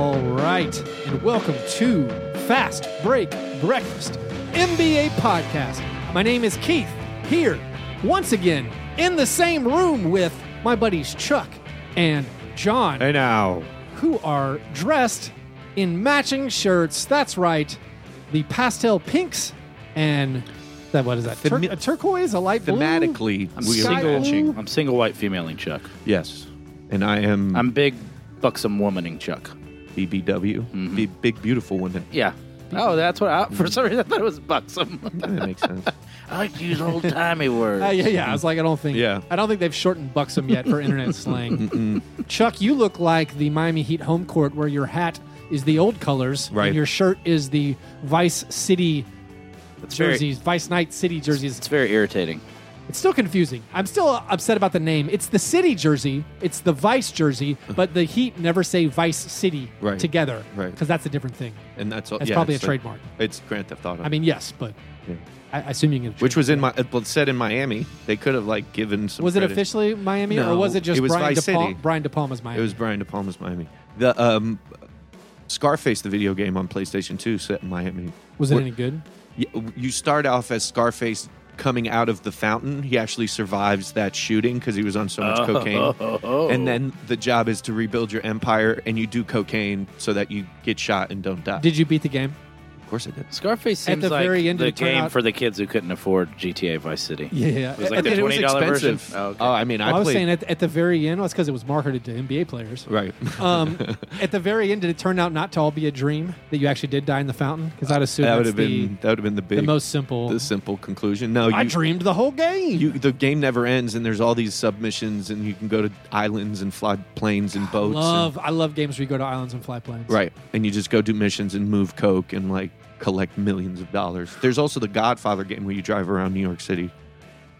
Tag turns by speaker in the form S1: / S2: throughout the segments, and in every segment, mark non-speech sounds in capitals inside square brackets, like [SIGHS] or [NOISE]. S1: right, and welcome to Fast Break Breakfast NBA Podcast. My name is Keith, here once again in the same room with my buddies Chuck and John,
S2: Hey now.
S1: who are dressed in matching shirts. That's right, the pastel pinks and that what is that? Tur-
S2: Themi-
S1: a turquoise, a light blue?
S2: Thematically,
S3: I'm
S2: we
S1: Sky
S2: are
S3: single.
S2: matching.
S3: I'm single white femaleing Chuck.
S2: Yes. And I am
S3: I'm big buxom womaning Chuck.
S2: BBW.
S1: Mm-hmm.
S2: Be- big, beautiful
S1: [LAUGHS]
S2: women.
S3: Yeah. Oh, that's what I, for some reason I thought it was buxom.
S2: That makes sense.
S3: I like to use old [LAUGHS] timey words.
S1: Uh, yeah, yeah. I was like, I don't think.
S2: Yeah.
S1: I don't think they've shortened buxom yet for
S2: [LAUGHS]
S1: internet slang. Chuck, you look like the Miami Heat home court, where your hat is the old colors,
S2: Right.
S1: And your shirt is the Vice City
S3: It's very,
S1: jerseys, Vice Night City jerseys.
S3: it's very irritating.
S1: It's still confusing. I'm still upset about the name. It's the City jersey. It's the Vice jersey, but the Heat never say Vice City
S2: Right.
S1: together,
S2: Right.
S1: Because that's a different thing.
S2: And that's, all,
S1: That's
S2: yeah,
S1: probably
S2: it's
S1: a
S2: like-
S1: trademark.
S2: It's Grand Theft Auto.
S1: I mean, yes, but
S2: Yeah.
S1: I, I assume you can.
S2: which was in my it was said in Miami. They could have like given some.
S1: was it
S2: credit.
S1: officially Miami, or
S2: No,
S1: was it just
S2: it was
S1: Brian,
S2: Vice
S1: De Pal-
S2: City.
S1: Brian De Palma's Miami?
S2: It was Brian De Palma's Miami. The um, Scarface, the video game on PlayStation Two, set in Miami.
S1: Was it
S2: Wh-
S1: any good?
S2: y- you start off as Scarface coming out of the fountain. He actually survives that shooting because he was on so much
S3: Oh.
S2: cocaine.
S3: [LAUGHS]
S2: And then the job is to rebuild your empire, and you do cocaine so that you get shot and don't die.
S1: Did you beat the game?
S2: of course, I did.
S3: Scarface
S1: At
S3: seems
S1: the
S3: like
S1: very end of the
S3: the game
S1: turnout-
S3: for the kids who couldn't afford GTA Vice City.
S1: Yeah.
S3: was like
S1: At
S3: the
S1: the-
S2: it was
S3: $20 version?
S2: expensive.
S3: Oh,
S2: Oh,
S3: okay.
S2: I mean, I,
S1: I was
S2: played
S1: saying at, at the very end, well, that's because it was marketed to NBA [LAUGHS] players.
S2: [LAUGHS] right.
S1: Um, at the very end, did it turn out not to all be a dream that you actually did die in the fountain? Because I'd assume
S2: that would
S1: that's
S2: have
S1: the,
S2: been that would have been the big,
S1: the most simple.
S2: the simple conclusion. No, you,
S1: I dreamed the whole game.
S2: you the game never ends, and there's all these submissions, and you can go to islands and fly planes and boats. and-
S1: love, I love games where you go to islands and fly planes.
S2: Right. And you just go do missions and move coke and like collect millions of dollars. There's also the Godfather game where you drive around New York City,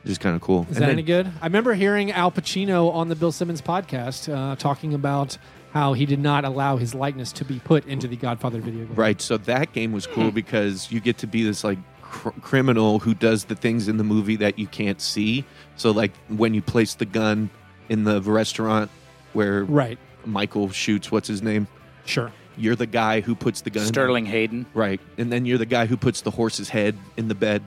S2: which is kind of cool.
S1: Is
S2: and
S1: that
S2: then-
S1: any good? I remember hearing Al Pacino on the Bill Simmons podcast uh, talking about how he did not allow his likeness to be put into the Godfather video game.
S2: Right. So that game was cool because you get to be this like cr- criminal who does the things in the movie that you can't see. So like when you place the gun in the restaurant where
S1: Right.
S2: Michael shoots, what's his name?
S1: Sure.
S2: You're the guy who puts the gun.
S3: Sterling Hayden.
S2: Right. And then you're the guy who puts the horse's head in the bed.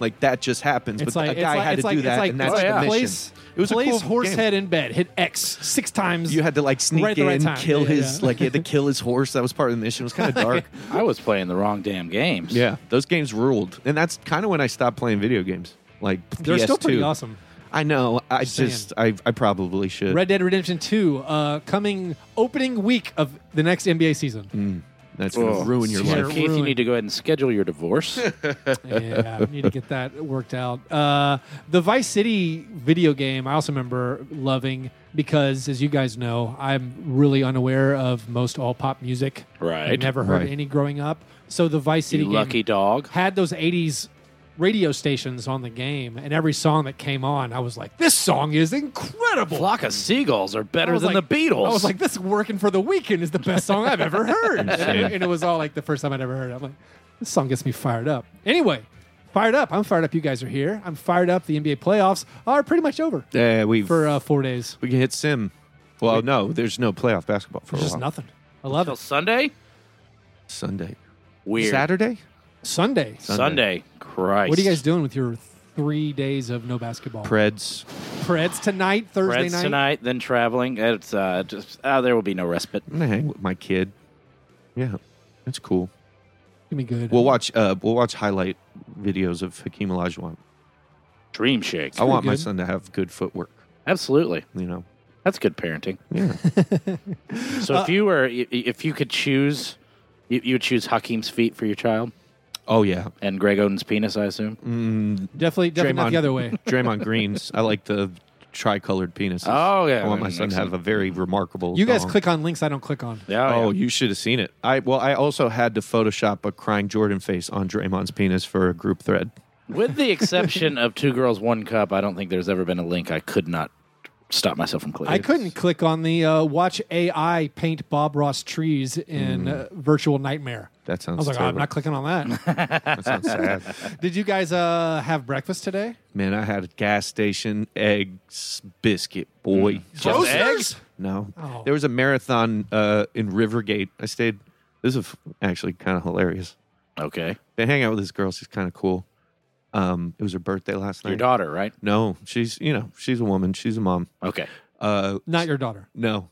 S2: Like that just happens,
S1: It's
S2: but
S1: like
S2: a guy
S1: it's like,
S2: had to
S1: it's
S2: do
S1: like,
S2: that,
S1: it's like,
S2: and that's
S1: it's
S2: the
S1: like
S2: mission.
S1: place,
S2: it was
S1: place
S2: a cool
S1: horse
S2: game.
S1: head in bed. Hit X six times.
S2: You had to like sneak
S1: Right at the
S2: in,
S1: right time.
S2: kill
S1: Yeah,
S2: his
S1: yeah.
S2: like you had to
S1: [LAUGHS]
S2: kill his horse. That was part of the mission. It was kind of dark.
S3: I was playing the wrong damn games.
S2: yeah, those games ruled, and that's kind of when I stopped playing video games. Like
S1: They're
S2: PS2.
S1: still pretty awesome.
S2: I know. I
S1: saying.
S2: just I I probably should.
S1: Red Dead Redemption Two, uh, coming opening week of the next NBA season.
S2: Mm. that's gonna
S3: Ugh.
S2: ruin your
S1: Yeah.
S2: life.
S3: Oh, Keith, you
S1: ruined.
S3: need to go ahead and schedule your [LAUGHS] divorce.
S1: yeah, we need to get that worked out. Uh, the Vice City video game, I also remember loving because, as you guys know, I'm really unaware of most all pop music.
S3: Right.
S1: I never heard
S2: Right.
S1: any growing up. So the Vice City
S3: you
S1: game
S3: lucky dog.
S1: had those 80s radio stations on the game, and every song that came on, I was like, this song is incredible.
S3: [LAUGHS] Flock of seagulls are
S1: I
S3: better
S1: was
S3: than
S1: like-
S3: the Beatles.
S1: I was like, this working for the weekend is the best song I've ever heard. and,
S2: Insane.
S1: and it was all like the first time I'd ever heard it. I'm like, this song gets me fired up. Anyway, fired up. I'm fired up. You guys are here. I'm fired up. The NBA playoffs are pretty much over
S2: Yeah, we
S1: for uh, four days.
S2: we can hit sim. Well, no, there's no playoff basketball for
S1: There's
S2: a
S1: just
S2: while.
S1: nothing. I love
S3: Till
S1: it.
S3: Sunday?
S2: Sunday,
S3: Weird.
S2: Saturday.
S1: Sunday.
S3: Sunday. Christ.
S1: What are you guys doing with your three days of no basketball?
S2: Preds.
S1: Preds tonight, Thursday
S3: Reds
S1: night.
S3: tonight, then traveling. It's uh, just uh, there will be no respite.
S2: I'm gonna hang with my kid. Yeah, that's cool.
S1: Give me good.
S2: We'll watch. Uh, we'll watch highlight videos of Hakeem Olajuwon.
S3: Dream shake.
S2: I want my
S1: good.
S2: son to have good footwork.
S3: Oh. Absolutely,
S2: You know.
S3: that's good parenting.
S2: Yeah.
S3: [LAUGHS] So
S1: Uh,
S3: if you were, i- if you could choose, you, you would choose Hakeem's feet for your child
S2: oh yeah.
S3: and Greg Oden's penis, I assume.
S2: Mm.
S1: definitely, definitely not
S2: Draymond.
S1: the other way.
S2: Draymond Green's. I like the tricolored penises.
S3: Oh, yeah.
S2: I want my son to have a very remarkable.
S1: You guys
S2: dong.
S1: click on links I don't click on.
S3: Yeah,
S2: Oh,
S3: yeah.
S2: you should have seen it. I well, I also had to Photoshop a crying Jordan face on Draymond's penis for a group thread.
S3: [LAUGHS] With the exception of two girls, one cup, I don't think there's ever been a link I could not stop myself from clicking.
S1: I couldn't click on the uh, watch AI paint Bob Ross trees in uh, Virtual Nightmare.
S2: Mm. That sounds.
S1: I was like, oh, I'm
S2: terrible.
S1: not clicking on
S2: [LAUGHS]
S1: that.
S2: That sounds [LAUGHS] sad.
S1: Did you guys uh, have breakfast today?
S2: Man, I had a gas station eggs biscuit boy.
S3: Just
S1: Roasters?
S3: eggs?
S2: No,
S1: Oh.
S2: there was a marathon uh, in Rivergate. I stayed This is f- actually kind of hilarious.
S3: Okay.
S2: They hang out with this girl. She's kind of cool. Um, it was her birthday last night.
S3: Your daughter, right?
S2: no, she's you know she's a woman. She's a mom.
S3: Okay.
S2: Uh,
S1: Not your daughter.
S2: no,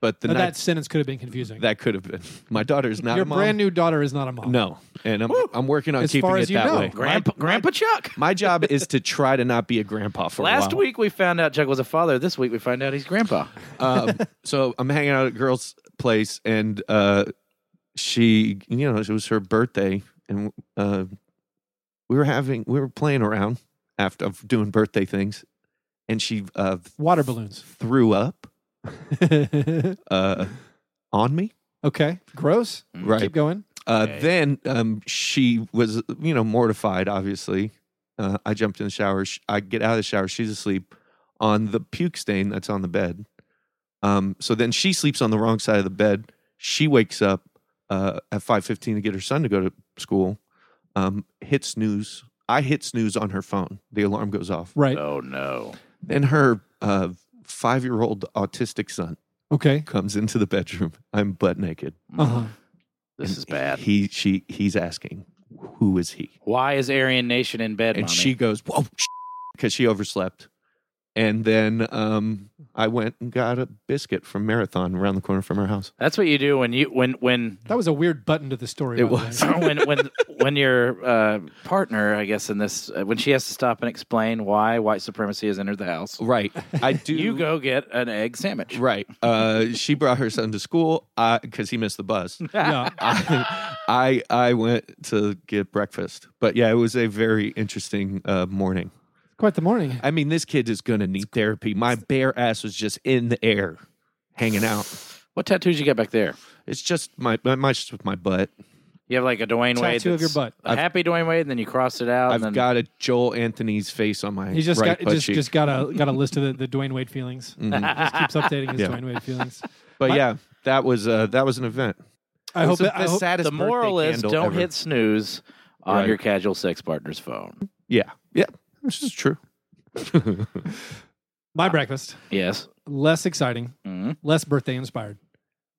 S2: but the
S1: Now,
S2: night
S1: that sentence could have been confusing.
S2: that could have been my daughter's not
S1: your
S2: a mom.
S1: brand new daughter is not a mom.
S2: no, and I'm I'm working on
S1: As
S2: keeping
S1: far
S2: it
S1: as you
S2: that
S1: know.
S2: way.
S3: Grandpa, Grandpa Chuck.
S2: My job is to try to not be a grandpa for
S3: Last
S2: a while.
S3: week we found out Chuck was a father. This week we find out he's grandpa.
S2: um, so I'm hanging out at a girl's place, and uh, she, you know, it was her birthday, and uh, we were having, we were playing around after of doing birthday things, and she uh,
S1: Water balloons. [LAUGHS]
S2: threw up uh, on me.
S1: okay. Gross.
S2: Right.
S1: Keep going.
S2: Uh,
S3: Okay.
S2: Then um, she was, you know, mortified. Obviously, uh, I jumped in the shower. Sh- I get out of the shower. She's asleep on the puke stain that's on the bed. Um, so then she sleeps on the wrong side of the bed. She wakes up uh, at five fifteen to get her son to go to school. Um, hit snooze. I hit snooze on her phone. The alarm goes off.
S1: Right.
S3: Oh no.
S2: Then her uh, five year old autistic son
S1: Okay.
S2: comes into the bedroom. I'm butt naked.
S1: Uh-huh.
S3: This
S2: And
S3: is bad.
S2: He she he's asking, who is he?
S3: Why is Aryan Nation in bed,
S2: and
S3: mommy?
S2: she goes whoa because she overslept and then um, i went and got a biscuit from marathon around the corner from her house
S3: That's what you do when you when when [LAUGHS]
S1: That was a weird button to the story.
S2: It
S1: by the
S2: was.
S1: way.
S3: when when when your uh, partner, I guess, in this uh, when she has to stop and explain why white supremacy has entered the house.
S2: right i [LAUGHS] do
S3: You go get an egg sandwich.
S2: right uh, she brought her son to school because he missed the [LAUGHS] bus
S1: yeah.
S2: I, I i went to get breakfast but yeah it was a very interesting uh, morning
S1: Quite the morning.
S2: i mean this kid is gonna need therapy my bare ass was just in the air hanging out
S3: What tattoos you got back there?
S2: it's just my my, my, just with my butt
S3: You have like a Dwayne Wade.
S1: Tattoo of your
S3: that's
S1: butt.
S3: A happy Dwayne Wade, and then you cross it out. and
S2: I've
S3: then,
S2: got a Joel Anthony's face on my
S1: He just
S2: right
S1: got
S2: butt
S1: just,
S2: cheek.
S1: just got a got a list of the, the Dwayne Wade feelings.
S2: Mhm.
S1: Just keeps updating his
S2: [LAUGHS] Yeah.
S1: Dwayne Wade feelings.
S2: But yeah, that was uh, that was an event.
S1: I hope,
S2: It was
S1: that, I hope
S2: saddest
S3: the moral
S2: birthday
S3: is
S2: candle
S3: don't
S2: ever.
S3: hit snooze on
S2: Right.
S3: your casual sex partner's phone.
S2: Yeah, yeah, this is true.
S1: my breakfast
S3: Yes.
S1: less exciting,
S2: Mm-hmm.
S3: Mhm.
S1: less birthday inspired.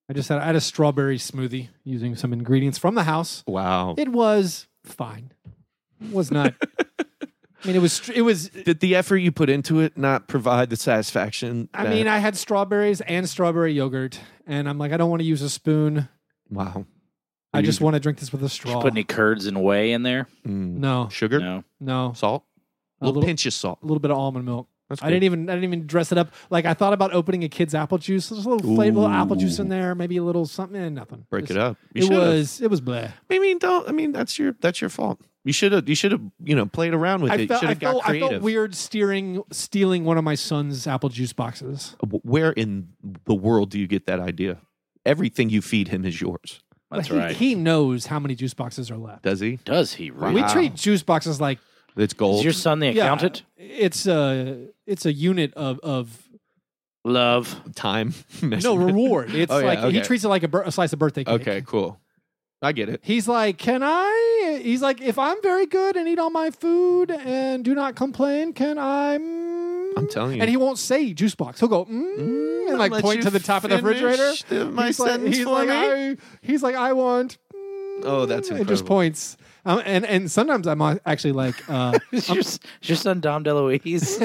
S1: I just had I had a strawberry smoothie using some ingredients from the house.
S2: Wow.
S1: It was fine. It was
S2: [LAUGHS]
S1: not. I mean, it was str- it was.
S2: Did the effort you put into it not provide the satisfaction?
S1: I
S2: that-
S1: mean, I had strawberries and strawberry yogurt, and I'm like, I don't want to use a spoon.
S2: wow.
S1: I just
S2: You-
S1: want to drink this with a
S3: Did you
S1: straw.
S3: put any curds and whey in there?
S2: Mm.
S1: no,
S2: sugar,
S3: No.
S1: no,
S2: salt,
S1: a
S2: a little,
S1: little,
S2: pinch of salt.
S1: a little bit of almond milk.
S2: That's
S1: I didn't even I didn't even dress it up. Like I thought about opening a kid's apple juice. There's a little flavor, little apple juice in
S2: Ooh.
S1: there, maybe a little something, and nothing.
S2: break
S1: Just-
S2: it up. You
S1: It
S2: should've.
S1: was it was bleh.
S2: I mean, don't. I mean, that's your that's your fault. You should have. You should have. You know, played around with
S1: I
S2: it.
S1: felt,
S2: should
S1: I,
S2: have got
S1: felt, I
S2: creative.
S1: felt weird steering stealing one of my son's apple juice boxes.
S2: Where in the world do you get that idea? Everything you feed him is yours.
S3: That's
S1: But he,
S3: right.
S1: He knows how many juice boxes are left.
S2: Does he?
S3: Does he really?
S1: We
S2: Wow.
S1: treat juice boxes like
S2: It's
S3: Is
S2: gold.
S3: your son the
S1: yeah,
S3: accountant?
S1: it's a it's a unit of of
S3: Love.
S2: time. [LAUGHS]
S1: no
S2: measurement.
S1: reward. It's
S2: Oh, yeah,
S1: like he
S2: okay.
S1: treats it like a, bir- a slice of birthday cake.
S2: Okay, cool. I get it.
S1: He's like, can I? He's like, if I'm very good and eat all my food and do not complain, can I? mm?"
S2: I'm telling you.
S1: And he won't say juice box. He'll go mm, and like point to the top of the refrigerator.
S2: my
S1: he's like,
S2: sentence
S1: he's
S2: for
S1: like,
S2: me?
S1: I, he's like, I want. mm,"
S2: Oh, that's
S1: and just
S2: incredible.
S1: points. Um, and and sometimes I'm actually like, uh,
S3: [LAUGHS] Is your, is your son Dom DeLuise?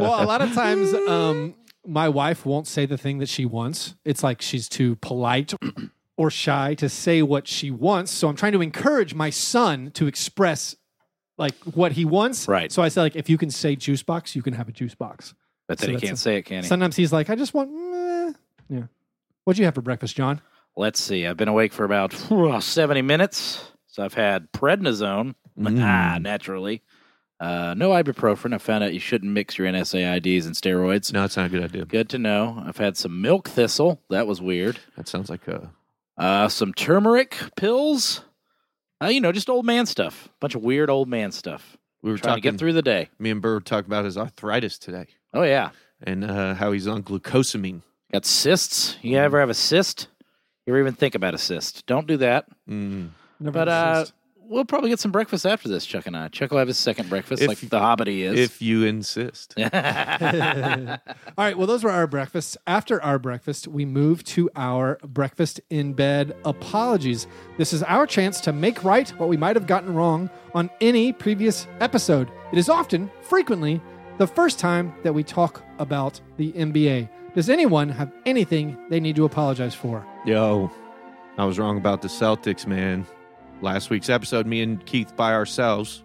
S3: [LAUGHS]
S1: well, a lot of times, um, my wife won't say the thing that she wants. It's like she's too polite [CLEARS THROAT] or shy to say what she wants. So I'm trying to encourage my son to express like what he wants.
S3: Right.
S1: So I say like, if you can say juice box, you can have a juice box.
S3: But
S1: So
S3: then he
S1: that's
S3: can't
S1: a-
S3: say it, can he?
S1: Sometimes he's like, I just want. meh." Yeah. What'd you have for breakfast, John?
S3: Let's see. I've been awake for about 70 minutes. So I've had prednisone, [LAUGHS] ah, naturally. Uh, no ibuprofen. I found out you shouldn't mix your NSAIDs and steroids.
S2: No, it's not a good idea.
S3: Good to know. I've had some milk thistle. That was weird.
S2: That sounds like a
S3: Uh, some turmeric pills. Uh, you know, just old man stuff. Bunch of weird old man stuff.
S2: we were
S3: Trying
S2: talking
S3: to get through the day.
S2: Me and Burr were talking about his arthritis today
S3: Oh, yeah.
S2: and uh, how he's on glucosamine.
S3: Got cysts. You
S1: Mm-hmm.
S3: ever have a cyst? You ever even think about a cyst? Don't do that.
S2: Mm.
S1: Never
S3: But uh,
S1: resist.
S3: we'll probably get some breakfast after this, Chuck and I. Chuck will have his second breakfast,
S2: If-
S3: like the Hobbit he is.
S2: If you insist.
S1: All right, well, those were our breakfasts. After our breakfast, we move to our breakfast in bed apologies. This is our chance to make right what we might have gotten wrong on any previous episode. It is often, frequently, the first time that we talk about the NBA. Does anyone have anything they need to apologize for?
S2: Yo, I was wrong about the Celtics, man. Last week's episode, me and Keith by ourselves,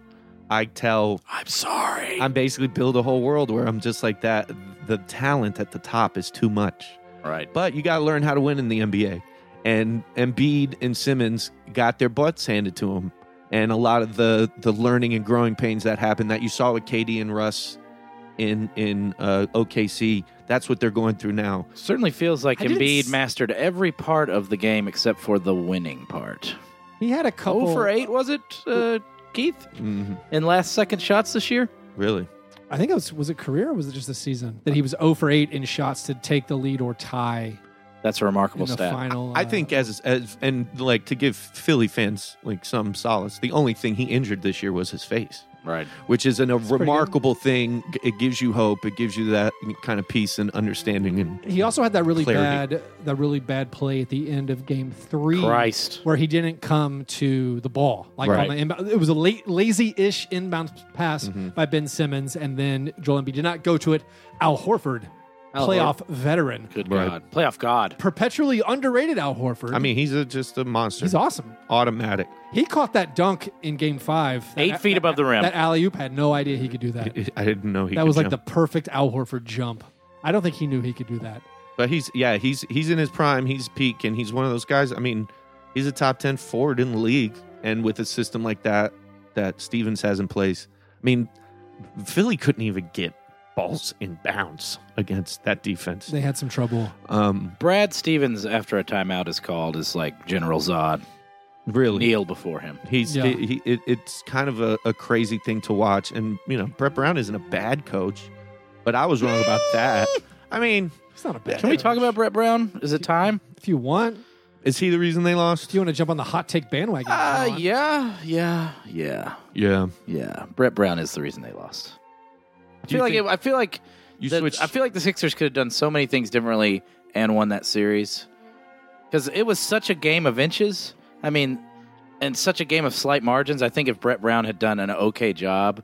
S2: I tell,
S3: I'm sorry.
S2: I'm basically build a whole world where I'm just like that. The talent at the top is too much.
S3: right.
S2: But you got to learn how to win in the NBA. And Embiid and Simmons got their butts handed to them. And a lot of the the learning and growing pains that happened that you saw with KD and Russ in in uh, OKC, that's what they're going through now.
S3: Certainly feels like
S1: I didn't
S3: Embiid
S1: s-
S3: mastered every part of the game except for the winning part.
S1: He had a couple.
S3: Oh for 8, was it, uh, Keith?
S1: Mm-hmm.
S2: Mhm.
S3: In last second shots this year?
S2: Really,
S1: I think it was was it career or was it just the season that he was 0 for 8 in shots to take the lead or tie
S3: That's a remarkable
S1: in the
S3: stat.
S1: final.
S2: I
S1: uh,
S2: think as, as and like to give Philly fans like some solace, the only thing he injured this year was his face,
S3: Right.
S2: which is an, a
S1: pretty good.
S2: remarkable thing. It gives you hope. It gives you that kind of peace and understanding. And
S1: He also had that really
S2: Clarity.
S1: bad that really bad play at the end of game three.
S3: Christ.
S1: Where he didn't come to the ball, like
S2: Right.
S1: on the inbound, it was a late, lazy-ish inbound pass
S3: Mm-hmm.
S1: by Ben Simmons, and then Joel Embiid did not go to it. Al Horford,
S3: Al
S1: playoff veteran,
S3: Good
S2: Right.
S3: God. Playoff God.
S1: perpetually underrated Al Horford.
S2: I mean, he's a, just a monster.
S1: he's awesome.
S2: automatic.
S1: He caught that dunk in Game Five, that-
S3: Eight feet above the rim.
S1: That alley oop had no idea he could do that.
S2: I didn't know he.
S1: that
S2: could
S1: was like
S2: jump.
S1: the perfect Al Horford jump. I don't think he knew he could do that.
S2: But he's yeah, he's he's in his prime, he's peak, and he's one of those guys. I mean, he's a top ten forward in the league, and with a system like that that Stevens has in place, I mean, Philly couldn't even get balls in bounds against that defense.
S1: They had some trouble.
S2: Um,
S3: Brad Stevens, after a timeout is called, is like General Zod.
S2: really.
S3: Kneel before him.
S2: He's
S1: Yeah.
S2: he, he, it, it's kind of a, a crazy thing to watch, and you know Brett Brown isn't a bad coach, but I was wrong about
S3: [LAUGHS]
S2: that. I mean,
S1: It's not a bad.
S3: Can we talk about Brett Brown? Is it time?
S1: if you want?
S2: is he the reason they lost?
S1: Do you want to jump on the hot take bandwagon?
S3: Uh,
S1: John?
S3: yeah, yeah, yeah,
S2: Yeah,
S3: yeah. Brett Brown is the reason they lost. I
S2: Do you
S3: feel like
S2: think-
S3: it, I feel like
S2: you
S3: the-
S2: switched.
S3: I feel like the Sixers could have done so many things differently and won that series because it was such a game of inches. I mean, and such a game of slight margins. I think if Brett Brown had done an okay job,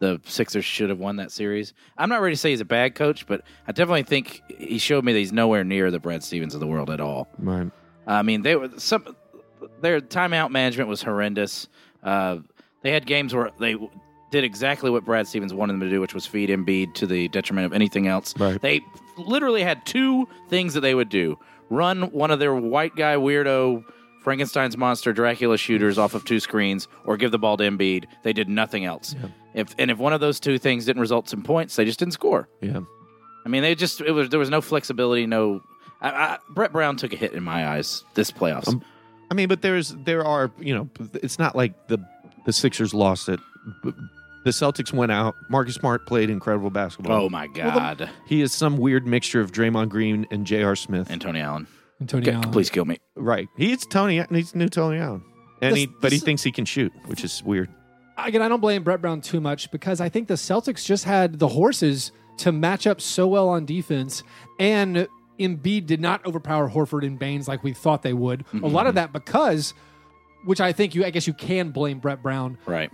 S3: the Sixers should have won that series. I'm not ready to say he's a bad coach, but I definitely think he showed me that he's nowhere near the Brad Stevens of the world at all.
S2: Right.
S3: I mean, they were some. Their timeout management was horrendous. Uh, they had games where they w- did exactly what Brad Stevens wanted them to do, which was feed Embiid to the detriment of anything else.
S2: Right.
S3: They literally had two things that they would do: run one of their white guy weirdo Frankenstein's monster Dracula shooters off of two screens, or give the ball to Embiid. They did nothing else. If and if one of those two things didn't result in points, they just didn't score.
S2: Yeah.
S3: I mean, they just it was there was no flexibility, no. I, I, Brett Brown took a hit in my eyes this playoffs.
S2: Um, I mean, but there's there are you know it's not like the the Sixers lost it. B- The Celtics went out. Marcus Smart played incredible basketball.
S3: oh my God,
S2: He is some weird mixture of Draymond Green and J.R. Smith.
S3: Antonio Allen,
S1: Antonio.
S3: G-
S1: Allen.
S3: please kill me.
S2: right. He's Tony. He's new Tony Allen. And
S1: This-
S2: he, but he
S1: this-
S2: thinks he can shoot, which is weird.
S1: Again, I don't blame Brett Brown too much because I think the Celtics just had the horses to match up so well on defense, and Embiid did not overpower Horford and Baines like we thought they would. A
S3: Mm-hmm.
S1: lot of that because, which I think you, I guess you can blame Brett Brown
S3: Right,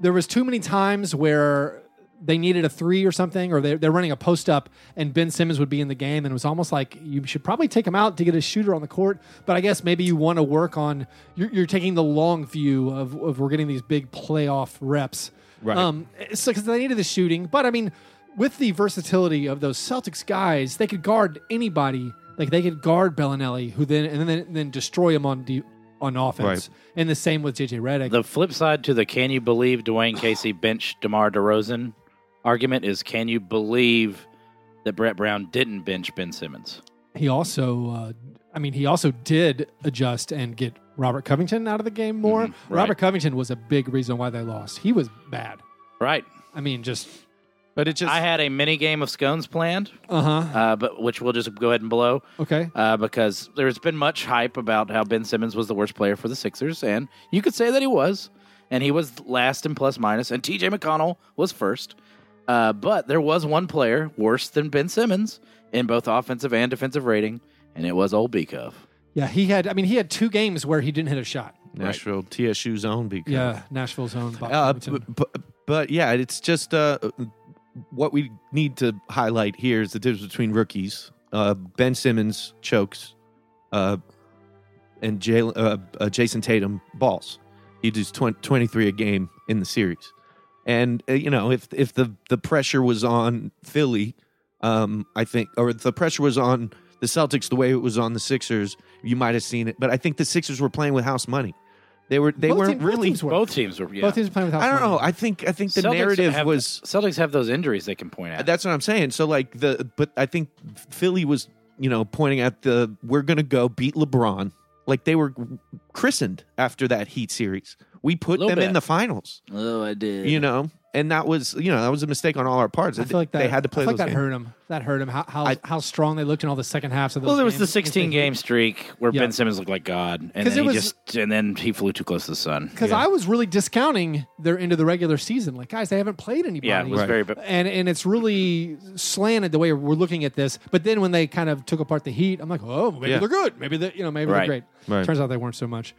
S1: there was too many times where they needed a three or something, or they, they're running a post up, and Ben Simmons would be in the game, and it was almost like you should probably take him out to get a shooter on the court. But I guess maybe you want to work on you're, you're taking the long view of, of we're getting these big playoff reps,
S2: Right.
S1: Um, so because they needed the shooting, but I mean, with the versatility of those Celtics guys, they could guard anybody. Like they could guard Bellinelli, who then and then then destroy him on de- on offense,
S2: Right.
S1: and the same with JJ Redick.
S3: the flip side to the "Can you believe Dwayne Casey benched Demar Derozan" argument is: Can you believe that Brett Brown didn't bench Ben Simmons?
S1: he also uh, i mean he also did adjust and get robert covington out of the game more
S3: Mhm,
S2: Mm-hmm.
S3: right.
S1: robert covington was a big reason why they lost he was bad
S3: Right,
S1: i mean just
S2: But it just
S3: I had a mini game of scones planned,
S1: uh-huh
S3: uh, but which we'll just go ahead and blow.
S1: okay
S3: uh, because there's been much hype about how Ben Simmons was the worst player for the Sixers, and you could say that he was. and he was last in plus minus, and T.J. McConnell was first. Uh, but there was one player worse than Ben Simmons in both offensive and defensive rating, and it was old Beekhoff.
S1: Yeah, he had. I mean, he had two games where he didn't hit a shot.
S2: Nashville TSU's own because
S1: Yeah, Nashville's own. Bob
S2: Uh,
S1: Covington.
S2: but, but, but yeah, it's just uh, what we need to highlight here is the difference between rookies. Uh, ben Simmons chokes, uh, and Jalen uh, uh, Jason Tatum balls. He does 20, 23 a game in the series, and uh, you know if if the the pressure was on Philly, um, I think, or if the pressure was on the Celtics the way it was on the Sixers, you might have seen it. But I think the Sixers were playing with house money. They were they
S1: Both
S2: weren't
S1: teams- both
S2: really
S1: teams were.
S3: Both teams were. Yeah.
S1: Both teams playing without.
S2: I don't
S1: Smart.
S2: know. I think I think the
S3: Celtics
S2: narrative
S3: have-
S2: was
S3: Celtics have those injuries they can point at.
S2: that's what I'm saying. So like the but I think Philly was you know pointing at the we're gonna go beat LeBron. Like they were christened after that Heat series. We put
S3: Little
S2: them in
S3: bit.
S2: the finals.
S3: oh, I did.
S2: You know, and that was you know that was a mistake on all our parts.
S1: I feel like that,
S2: they had to play
S1: I feel like
S2: those
S1: that
S2: games.
S1: hurt him. That hurt him. How how,
S2: I-
S1: how strong they looked in all the second halves of those.
S3: Well, there was the
S1: games.
S3: 16 game streak where
S1: Yeah.
S3: Ben Simmons looked like God, and
S1: 'Cause
S3: then
S1: it
S3: he
S1: was-
S3: just and then he flew too close to the sun.
S1: Because I was really discounting their end of the regular season. Like, guys, they haven't played anybody.
S3: Yeah, it was
S2: Right.
S3: very. But
S1: and and it's really slanted the way we're looking at this. But then when they kind of took apart the heat, I'm like, oh, maybe
S2: Yeah.
S1: they're good. Maybe they, you know, maybe
S3: Right.
S1: they're great.
S2: Right.
S1: Turns out they weren't so much.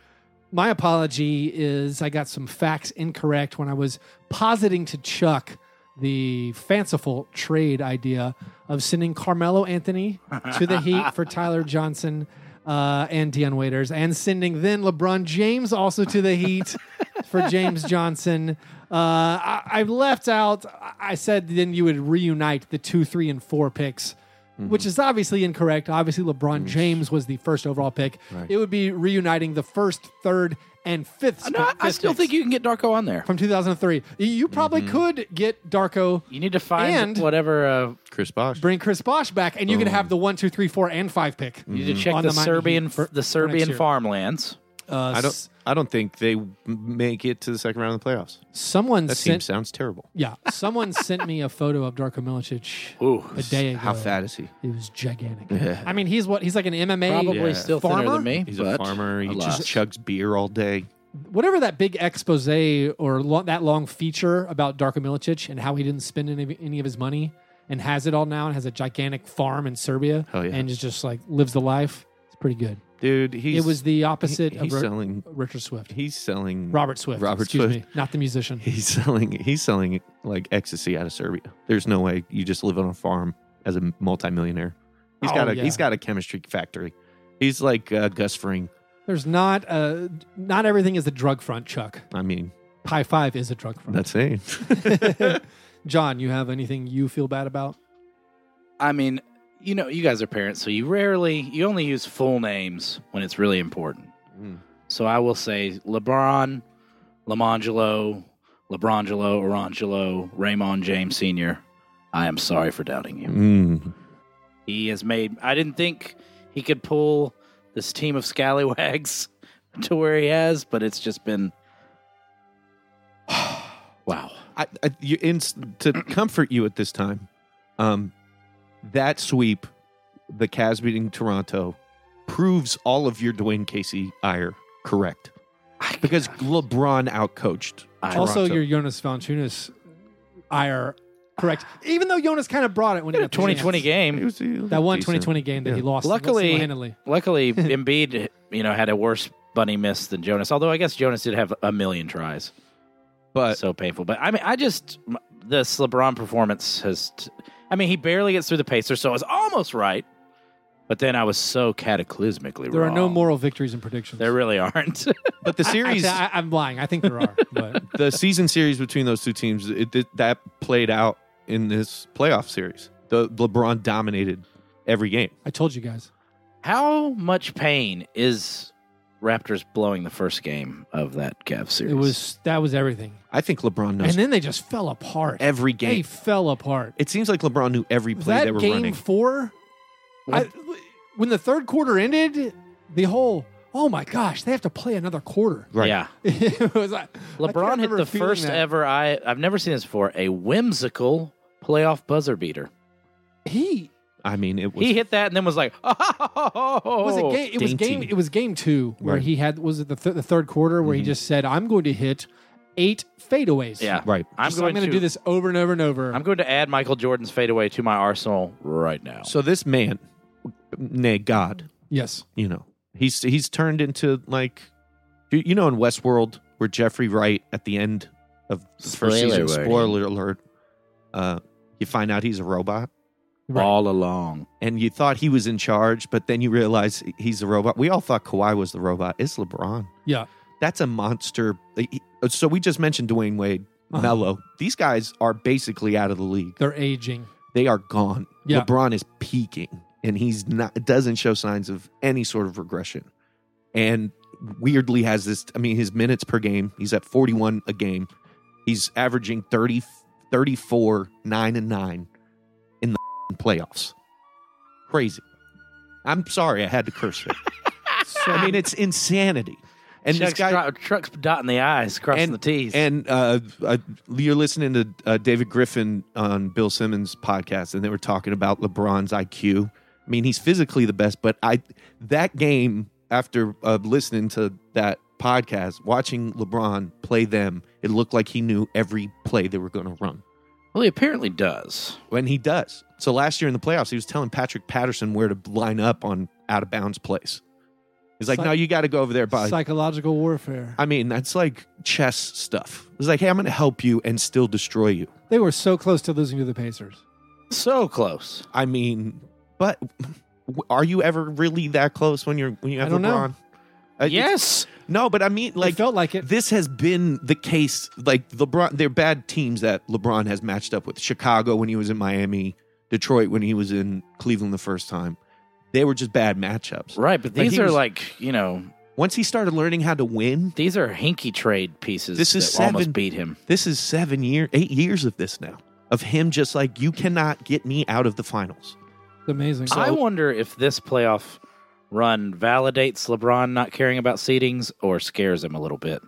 S1: My apology is I got some facts incorrect when I was positing to Chuck the fanciful trade idea of sending Carmelo Anthony to the Heat for Tyler Johnson uh, and Deion Waiters, and sending then LeBron James also to the Heat for James Johnson. Uh, I, I left out. I- I said then you would reunite the two, three, and four picks.
S2: Mm-hmm.
S1: Which is obviously incorrect. Obviously, LeBron James was the first overall pick. It would be reuniting the first, third, and fifth.
S3: no, I, I
S1: fifth
S3: still
S1: picks
S3: think you can get Darko on there.
S1: from 2003. Y- You probably
S2: Mm-hmm.
S1: could get Darko,
S3: You need to find
S1: And-
S3: whatever. Uh,
S2: Chris Bosh.
S1: bring Chris Bosch back, and you
S2: Oh.
S1: could have the one, two, three, four, and five pick.
S2: Mm-hmm.
S3: you need to check
S1: On
S3: the,
S1: the Miami
S3: Serbian
S1: Heat for-
S3: the
S1: next
S3: Serbian
S1: year.
S3: farmlands.
S1: Uh,
S2: I
S1: s-
S2: don't. I don't think they make it to the second round of the playoffs.
S1: Someone
S2: That team
S1: sent.
S2: sounds terrible.
S1: Yeah,
S2: [LAUGHS]
S1: someone sent me a photo of Darko Milicic
S3: Ooh,
S1: a day ago.
S2: How fat is he?
S1: It was gigantic. I mean, he's what? He's like an MMA,
S3: probably
S2: Yeah.
S3: still
S1: Farmer?
S3: thinner than me.
S2: He's a
S3: but
S2: farmer. He
S3: alas.
S2: just chugs beer all day.
S1: whatever that big expose or lo- that long feature about Darko Milicic and how he didn't spend any of, any of his money and has it all now and has a gigantic farm in Serbia
S2: Hell yeah.
S1: and is just like lives the life. It's pretty good.
S2: Dude, he's
S1: it was the opposite
S2: he-
S1: of
S2: he's
S1: Ro-
S2: selling
S1: Richard Swift.
S2: he's selling
S1: Robert Swift.
S2: Robert
S1: excuse
S2: Swift.
S1: me, not the musician.
S2: He's selling. He's selling like ecstasy out of Serbia. There's no way you just live on a farm as a multimillionaire. He's
S1: Oh,
S2: got a.
S1: yeah.
S2: He's got a chemistry factory. He's like uh, Gus Fring.
S1: There's not uh not everything is a drug front, Chuck.
S2: I mean,
S1: High five is a drug front.
S2: that's it. [LAUGHS]
S1: John, you have anything you feel bad about?
S3: I mean, you know, you guys are parents, so you rarely, you only use full names when it's really important.
S2: Mm.
S3: So I will say LeBron, Lamangelo, LeBrangelo, Orangelo, Raymond James Sr. I am sorry for doubting you.
S2: Mm.
S3: He has made, I didn't think he could pull this team of scallywags [LAUGHS] to where he has, but it's just been, [SIGHS] wow.
S2: I, I, you, in, to comfort you at this time, um, that sweep, the Cavs beating Toronto, proves all of your Dwayne Casey ire correct
S3: I-
S2: because LeBron outcoached.
S3: I-
S1: Also,
S2: Toronto.
S1: your Jonas Valanciunas ire correct. Even though Jonas kind of brought it when
S3: He
S1: he
S3: had a
S1: got the
S3: 2020
S1: chance.
S3: game.
S2: It was- it was
S1: That one
S2: decent.
S1: 2020 game that he
S2: Yeah.
S1: lost
S3: Luckily-
S1: single-handedly. [LAUGHS]
S3: Luckily, Embiid, you know, had a worse bunny miss than Jonas. Although I guess Jonas did have a million tries,
S1: Uh,
S2: but
S3: so painful. But I mean, I just m- this LeBron performance has. T- I mean, he barely gets through the Pacers, so I was almost right. But then I was so cataclysmically
S1: There are
S3: wrong.
S1: no moral victories and predictions.
S3: There really aren't.
S2: but the series.
S1: Actually, I, I'm lying. I think there
S2: [LAUGHS]
S1: are, but
S2: the season series between those two teams it, it- that played out in this playoff series. The LeBron dominated every game.
S1: I told you guys.
S3: How much pain is Raptors blowing the first game of that Cavs series?
S1: It was that was everything,
S2: I think LeBron knows
S1: and then they just fell apart.
S2: every
S1: They
S2: game.
S1: fell apart.
S2: It seems like LeBron knew every play
S1: that
S2: they were
S1: game
S2: running.
S1: four, I, when the third quarter ended, the whole oh my gosh, they have to play another quarter. [LAUGHS]
S2: Right.
S3: yeah.
S1: It was like- I can't
S3: LeBron hit
S1: remember
S3: the
S1: feeling
S3: first
S1: that.
S3: ever. I I've never seen this before. A whimsical playoff buzzer beater.
S1: He
S2: I mean, it was
S3: He hit that and then was like, [LAUGHS] oh,
S1: was it game? It was
S2: dainty.
S1: game. It was game two where
S2: Right.
S1: he had was it the, th- the third quarter where he just said, "I'm going to hit eight fadeaways.
S3: Yeah.
S2: Right.
S3: I'm
S1: Just-
S3: going
S1: I'm going to do this over and over and over.
S3: I'm going to add Michael Jordan's fadeaway to my arsenal right now.
S2: So this man, nay God,
S1: yes.
S2: you know, he's he's turned into like, you, you know, in Westworld where Jeffrey Wright at the end of the first
S3: Spoiler
S2: season,
S3: warning.
S2: spoiler alert, uh, you find out he's a robot.
S1: Right.
S3: All along.
S2: And you thought he was in charge, but then you realize he's a robot. We all thought Kawhi was the robot. It's LeBron.
S1: Yeah.
S2: That's a monster. He- So we just mentioned Dwayne Wade,
S1: Uh-huh.
S2: Melo. These guys are basically out of the league.
S1: They're aging.
S2: they are gone.
S1: Yeah.
S2: LeBron is peaking and he's not doesn't show signs of any sort of regression. And weirdly has this I mean his minutes per game, he's at 41 a game. He's averaging 30 34 9 and 9 in the [LAUGHS] playoffs. Crazy. I'm sorry I had to curse it. I mean it's insanity. And
S3: Chuck's,
S2: this guy
S3: dro- Chuck's dotting the I's, crossing
S2: And-
S3: the T's.
S2: and uh, uh, you're listening to uh, David Griffin on Bill Simmons' podcast, and they were talking about LeBron's IQ. I mean, he's physically the best, but I that game after uh, listening to that podcast, watching LeBron play them, it looked like he knew every play they were going to run.
S3: well, he apparently does.
S2: When he does, so last year in the playoffs, he was telling Patrick Patterson where to line up on out of bounds plays. He's like,
S1: Psych-
S2: "No, you got to go over there." By
S1: Psychological warfare.
S2: I mean, that's like chess stuff. It's like, hey, I'm going to help you and still destroy you.
S1: they were so close to losing to the Pacers.
S3: So close.
S2: I mean, but [LAUGHS] are you ever really that close when you're when you have
S1: I don't know.
S2: LeBron? Uh, it's-
S3: yes.
S2: No, but I mean,
S1: Like,
S2: like
S1: felt like it.
S2: this has been the case. Like LeBron, they're bad teams that LeBron has matched up with. Chicago when he was in Miami, Detroit when he was in Cleveland the first time. They were just bad matchups.
S3: Right, but
S2: But
S3: these
S2: he
S3: are
S2: was-
S3: like, you know,
S2: Once he started learning how to win,
S3: these are hinky trade pieces
S2: This is
S3: that almost
S2: seven-
S3: beat him.
S2: this is seven year, eight years of this now of him just like you cannot get me out of the finals.
S1: It's amazing.
S3: I wonder if this playoff run validates LeBron not caring about seedings or scares him a little bit.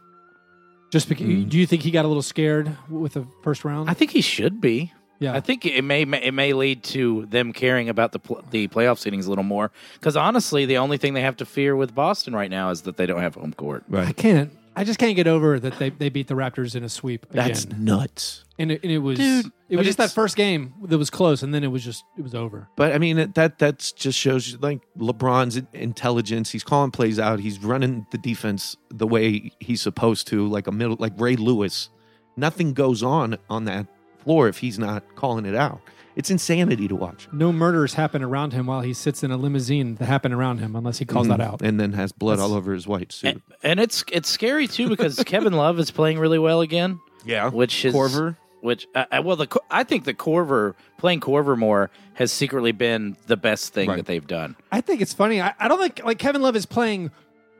S1: Just because,
S2: Mm.
S1: do you think he got a little scared with the first round?
S3: I think he should be.
S1: yeah.
S3: I think it may it may lead to them caring about the pl- the playoff seedings a little more because honestly, the only thing they have to fear with Boston right now is that they don't have home court.
S1: I can't. I just can't get over that they, they beat the Raptors in a sweep again.
S2: That's nuts.
S1: and, it, and it was
S3: Dude,
S1: it was
S2: but
S1: just that
S2: it's-
S1: first game that was close, and then it was just it was over.
S2: But I mean that- that that just shows you like LeBron's intelligence. He's calling plays out. He's running the defense the way he's supposed to, like a middle, like Ray Lewis. Nothing goes on on that floor if he's not calling it out. It's insanity to watch.
S1: No murders happen around him while he sits in a limousine that happen around him unless he
S3: Mm-hmm.
S1: calls that out.
S2: and then has blood all over his white suit.
S3: And, and it's it's scary too
S2: [LAUGHS]
S3: because Kevin Love is playing really well again,
S2: Yeah,
S3: which is
S2: Oh, Corver.
S3: Which uh, uh, well, the Co- I think the Corver playing Corver more has secretly been the best thing
S2: Right.
S3: that they've done.
S1: I think it's funny. I, I don't think like Kevin Love is playing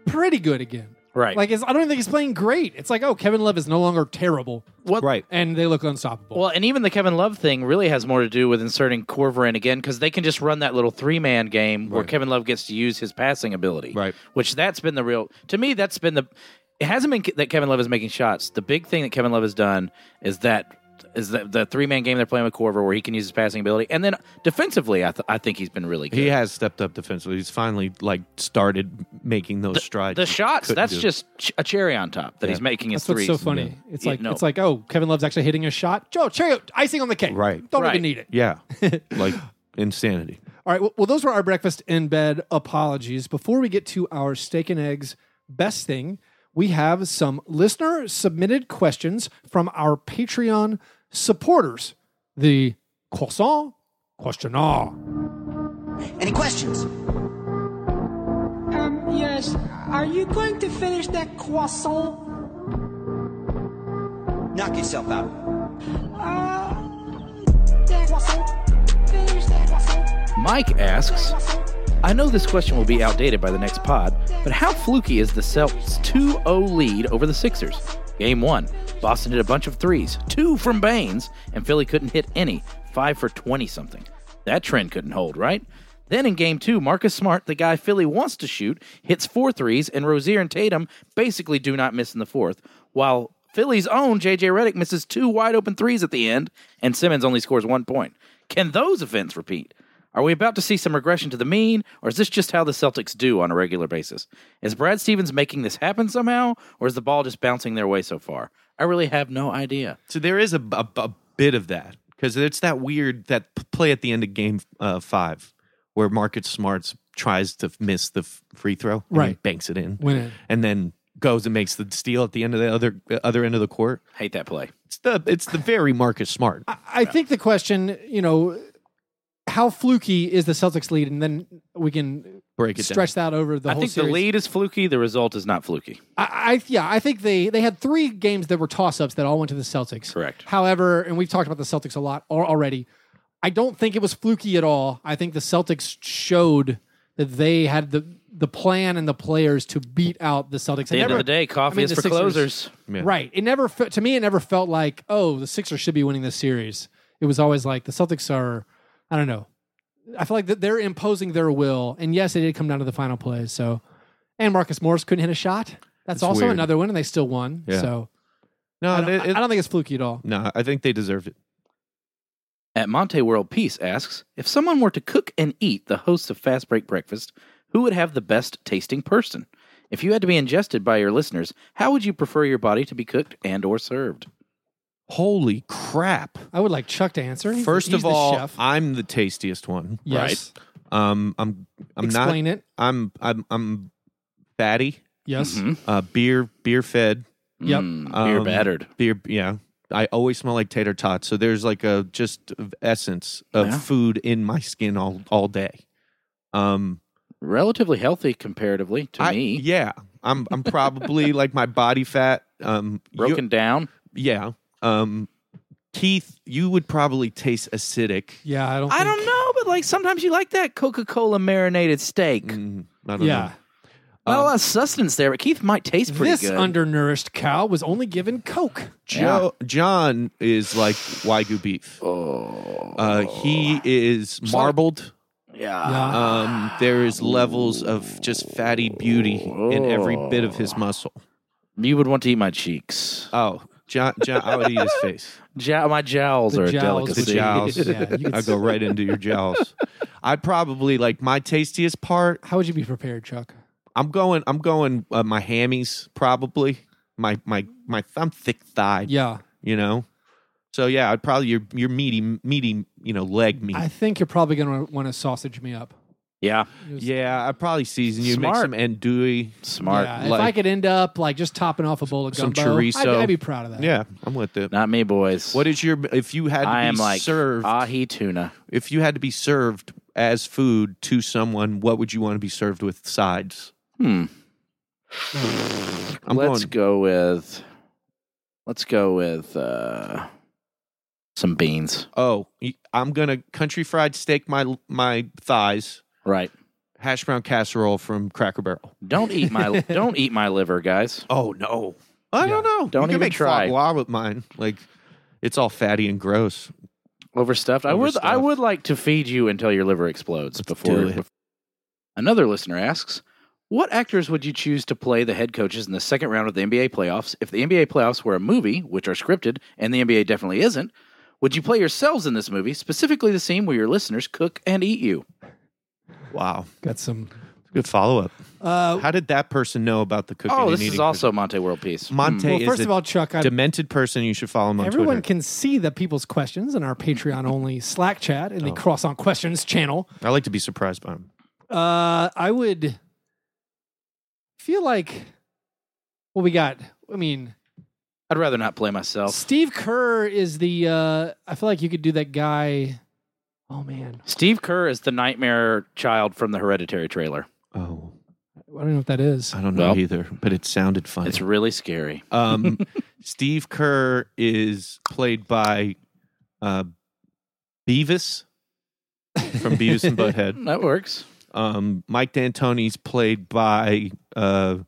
S1: pretty good again.
S3: Right.
S1: Like it's, I don't even think he's playing great. It's like oh, Kevin Love is no longer terrible,
S3: what
S2: Right.
S1: and they look unstoppable.
S3: Well, and even the Kevin Love thing really has more to do with inserting Corver in again because they can just run that little three man game where
S2: Right.
S3: Kevin Love gets to use his passing ability.
S2: Right.
S3: Which that's been the real, to me, that's been the, it hasn't been that Kevin Love is making shots. The big thing that Kevin Love has done is that. Is that the three man game they're playing with Corver where he can use his passing ability? And then defensively, I, th- I think he's been really good.
S2: He has stepped up defensively. He's finally like started making those strides.
S3: the shots,
S2: Couldn't
S3: that's
S2: do.
S3: just ch- a cherry on top that
S2: Yeah.
S3: he's making his
S1: that's what's
S3: threes.
S1: so funny. It's
S3: Yeah,
S1: like
S3: no.
S1: it's like oh, Kevin Love's actually hitting a shot. Joe, cherry icing on the cake.
S2: Right.
S1: Don't
S3: Right.
S1: even need it.
S2: yeah, like insanity.
S1: All right. Well, well, those were our breakfast in bed apologies. Before we get to our steak and eggs best thing, we have some listener submitted questions from our Patreon supporters. The croissant questionnaire.
S4: Any questions?
S5: Um, yes. Are you going to finish that croissant?
S4: Knock yourself out.
S5: Uh, that croissant. Finish that croissant.
S3: Mike asks,
S5: Croissant.
S3: I know this question will be outdated by the next pod, but how fluky is the Celtics 2 0 lead over the Sixers? Game one, Boston hit a bunch of threes, two from Baines, and Philly couldn't hit any, five for 20 something. That trend couldn't hold, right? Then in game two, Marcus Smart, the guy Philly wants to shoot, hits four threes, and Rozier and Tatum basically do not miss in the fourth, while Philly's own JJ Redick misses two wide open threes at the end, and Simmons only scores one point. Can those events repeat? Are we about to see some regression to the mean, or is this just how the Celtics do on a regular basis? Is Brad Stevens making this happen somehow, or is the ball just bouncing their way so far? I really have no idea.
S2: So there is a, a- a bit of that because it's that weird that p- play at the end of game uh, five where Marcus Smart's tries to f- miss the f- free throw, and he
S1: Right.
S2: banks it in,
S1: Win it.
S2: and then goes and makes the steal at the end of the other other end of the court.
S3: Hate that play.
S2: It's the it's the very Marcus Smart.
S1: I think the question, you know, how fluky is the Celtics lead, and then we can
S2: Break it
S1: stretch that over the
S3: I
S1: whole
S3: think
S1: series.
S3: the lead is fluky. The result is not fluky.
S1: I, I yeah, I think they they had three games that were toss ups that all went to the Celtics.
S3: Correct.
S1: However, and we've talked about the Celtics a lot al- already. I don't think it was fluky at all. I think the Celtics showed that they had the the plan and the players to beat out the Celtics.
S3: At the end of the day, coffee is for closers.
S2: Yeah.
S1: Right. It never fe- to me. It never felt like oh the Sixers should be winning this series. It was always like the Celtics are. I don't know. I feel like that they're imposing their will. And yes, it did come down to the final play. So, and Marcus Morris couldn't hit a shot. That's,
S2: That's
S1: also
S2: weird.
S1: another one, and they still won.
S2: Yeah.
S1: So
S2: No,
S1: I don't,
S2: it-
S1: I-
S2: it-
S1: I don't think it's fluky at all.
S2: no, I think they deserved it.
S3: At Monte World Peace asks if someone were to cook and eat the hosts of Fast Break Breakfast, who would have the best tasting person? If you had to be ingested by your listeners, how would you prefer your body to be cooked and or served?
S2: Holy crap!
S1: I would like Chuck to answer. He's-
S2: First
S1: he's
S2: of
S1: the
S2: all,
S1: chef.
S2: I'm the tastiest one.
S1: yes.
S2: Um, I'm I'm
S1: Explain it.
S2: not. I'm I'm I'm fatty.
S1: Yes.
S3: Mhm.
S2: Uh, beer beer fed.
S1: Yep.
S3: Mm, beer
S2: Um,
S3: battered.
S2: beer yeah i always smell like tater tots so there's like a just essence of
S3: Yeah.
S2: food in my skin all all day um
S3: Relatively healthy comparatively to
S2: I-
S3: me.
S2: yeah i'm i'm
S3: [LAUGHS]
S2: probably like my body fat um you-
S3: Broken down.
S2: yeah um keith you would probably taste acidic
S1: Yeah. I don't.
S3: I
S1: think-
S3: don't know, but like sometimes you like that Coca Cola marinated steak.
S2: Mm, uh, I don't
S1: Yeah.
S3: Not a lot of sustenance there, but Keith might taste pretty
S1: This
S3: good.
S1: undernourished cow was only given Coke.
S2: Joe, John is like Wagyu beef. Oh. Uh, he is marbled.
S3: yeah.
S2: Um, there is levels of just fatty beauty in every bit of
S3: Ah.
S2: his muscle.
S3: You would want to eat my cheeks.
S2: Oh, John, John I would eat his face.
S3: Jow- my jowls
S1: The
S3: are
S1: jowls.
S3: a
S2: The
S3: delicacy.
S2: jowls.
S1: Yeah, you could
S2: I go right into your jowls. I'd probably like my tastiest part.
S1: How would you be prepared, Chuck?
S2: I'm going. I'm going. Uh, my hammies probably. My my my. I'm thick thigh.
S1: Yeah.
S2: You know. So yeah, I'd probably your your meaty meaty you know leg meat.
S1: I think you're probably going to want to sausage me up.
S3: Yeah,
S2: yeah, I'd probably season you. Make
S3: Smart.
S2: some andouille.
S3: smart.
S1: Yeah, if
S2: like-
S1: I could end up like just topping off a bowl of
S2: Some
S1: gumbo, I'd,
S2: chorizo.
S1: I'd be proud of that.
S2: Yeah, I'm with it.
S3: Not me, boys.
S2: What is your if you had to
S3: I
S2: be
S3: am like uh,
S2: served
S3: ahi tuna.
S2: if you had to be served as food to someone, what would you want to be served with sides?
S3: Hmm.
S2: I'm
S3: let's
S2: going.
S3: go with. Let's go with uh, some beans.
S2: Oh, y- I'm gonna country fried steak my my thighs,
S3: Right.
S2: hash brown casserole from Cracker Barrel.
S3: Don't
S2: [LAUGHS]
S3: eat my. don't eat my liver, guys.
S2: Oh no, I don't know.
S3: Don't
S2: you can
S3: even
S2: make
S3: try.
S2: foie gras with mine. Like it's all fatty and gross.
S3: Overstuffed. I would. I
S2: Overstuffed.
S3: would like to feed you until your liver explodes before.
S2: do it.
S3: bef- Another listener asks. What actors would you choose to play the head coaches in the second round of the NBA playoffs? If the NBA playoffs were a movie, which are scripted, and the NBA definitely isn't, would you play yourselves in this movie, specifically the scene where your listeners cook and eat you?
S2: Wow,
S1: Got some.
S2: good follow up.
S1: Uh,
S2: How did that person know about the cooking?
S3: Oh,
S2: and
S3: this is
S2: eating
S3: also Monte World Peace. Hmm.
S2: Monte
S1: well,
S2: is
S1: first
S2: a
S1: of all, Chuck, I,
S2: demented person. You should follow him on
S1: everyone
S2: Twitter.
S1: can see the people's questions in our Patreon
S2: [LAUGHS]
S1: only Slack chat in the
S2: Oh.
S1: Cross on Questions channel.
S2: I like to be surprised by him.
S1: Uh, I would feel like well, we got. I mean,
S3: I'd rather not play
S2: Oh.
S3: myself.
S1: Steve Kerr is the. Uh, I feel like you could do that guy. Oh man,
S3: Steve Kerr is the nightmare child from the Hereditary trailer.
S2: Oh,
S1: I don't know what that is.
S2: I don't know
S3: Well,
S2: either, but it sounded funny.
S3: It's really scary.
S2: Um, Steve Kerr is played by uh, Beavis from Beavis
S1: [LAUGHS]
S2: and Butthead.
S3: That works.
S2: Um, Mike D'Antoni's played by uh,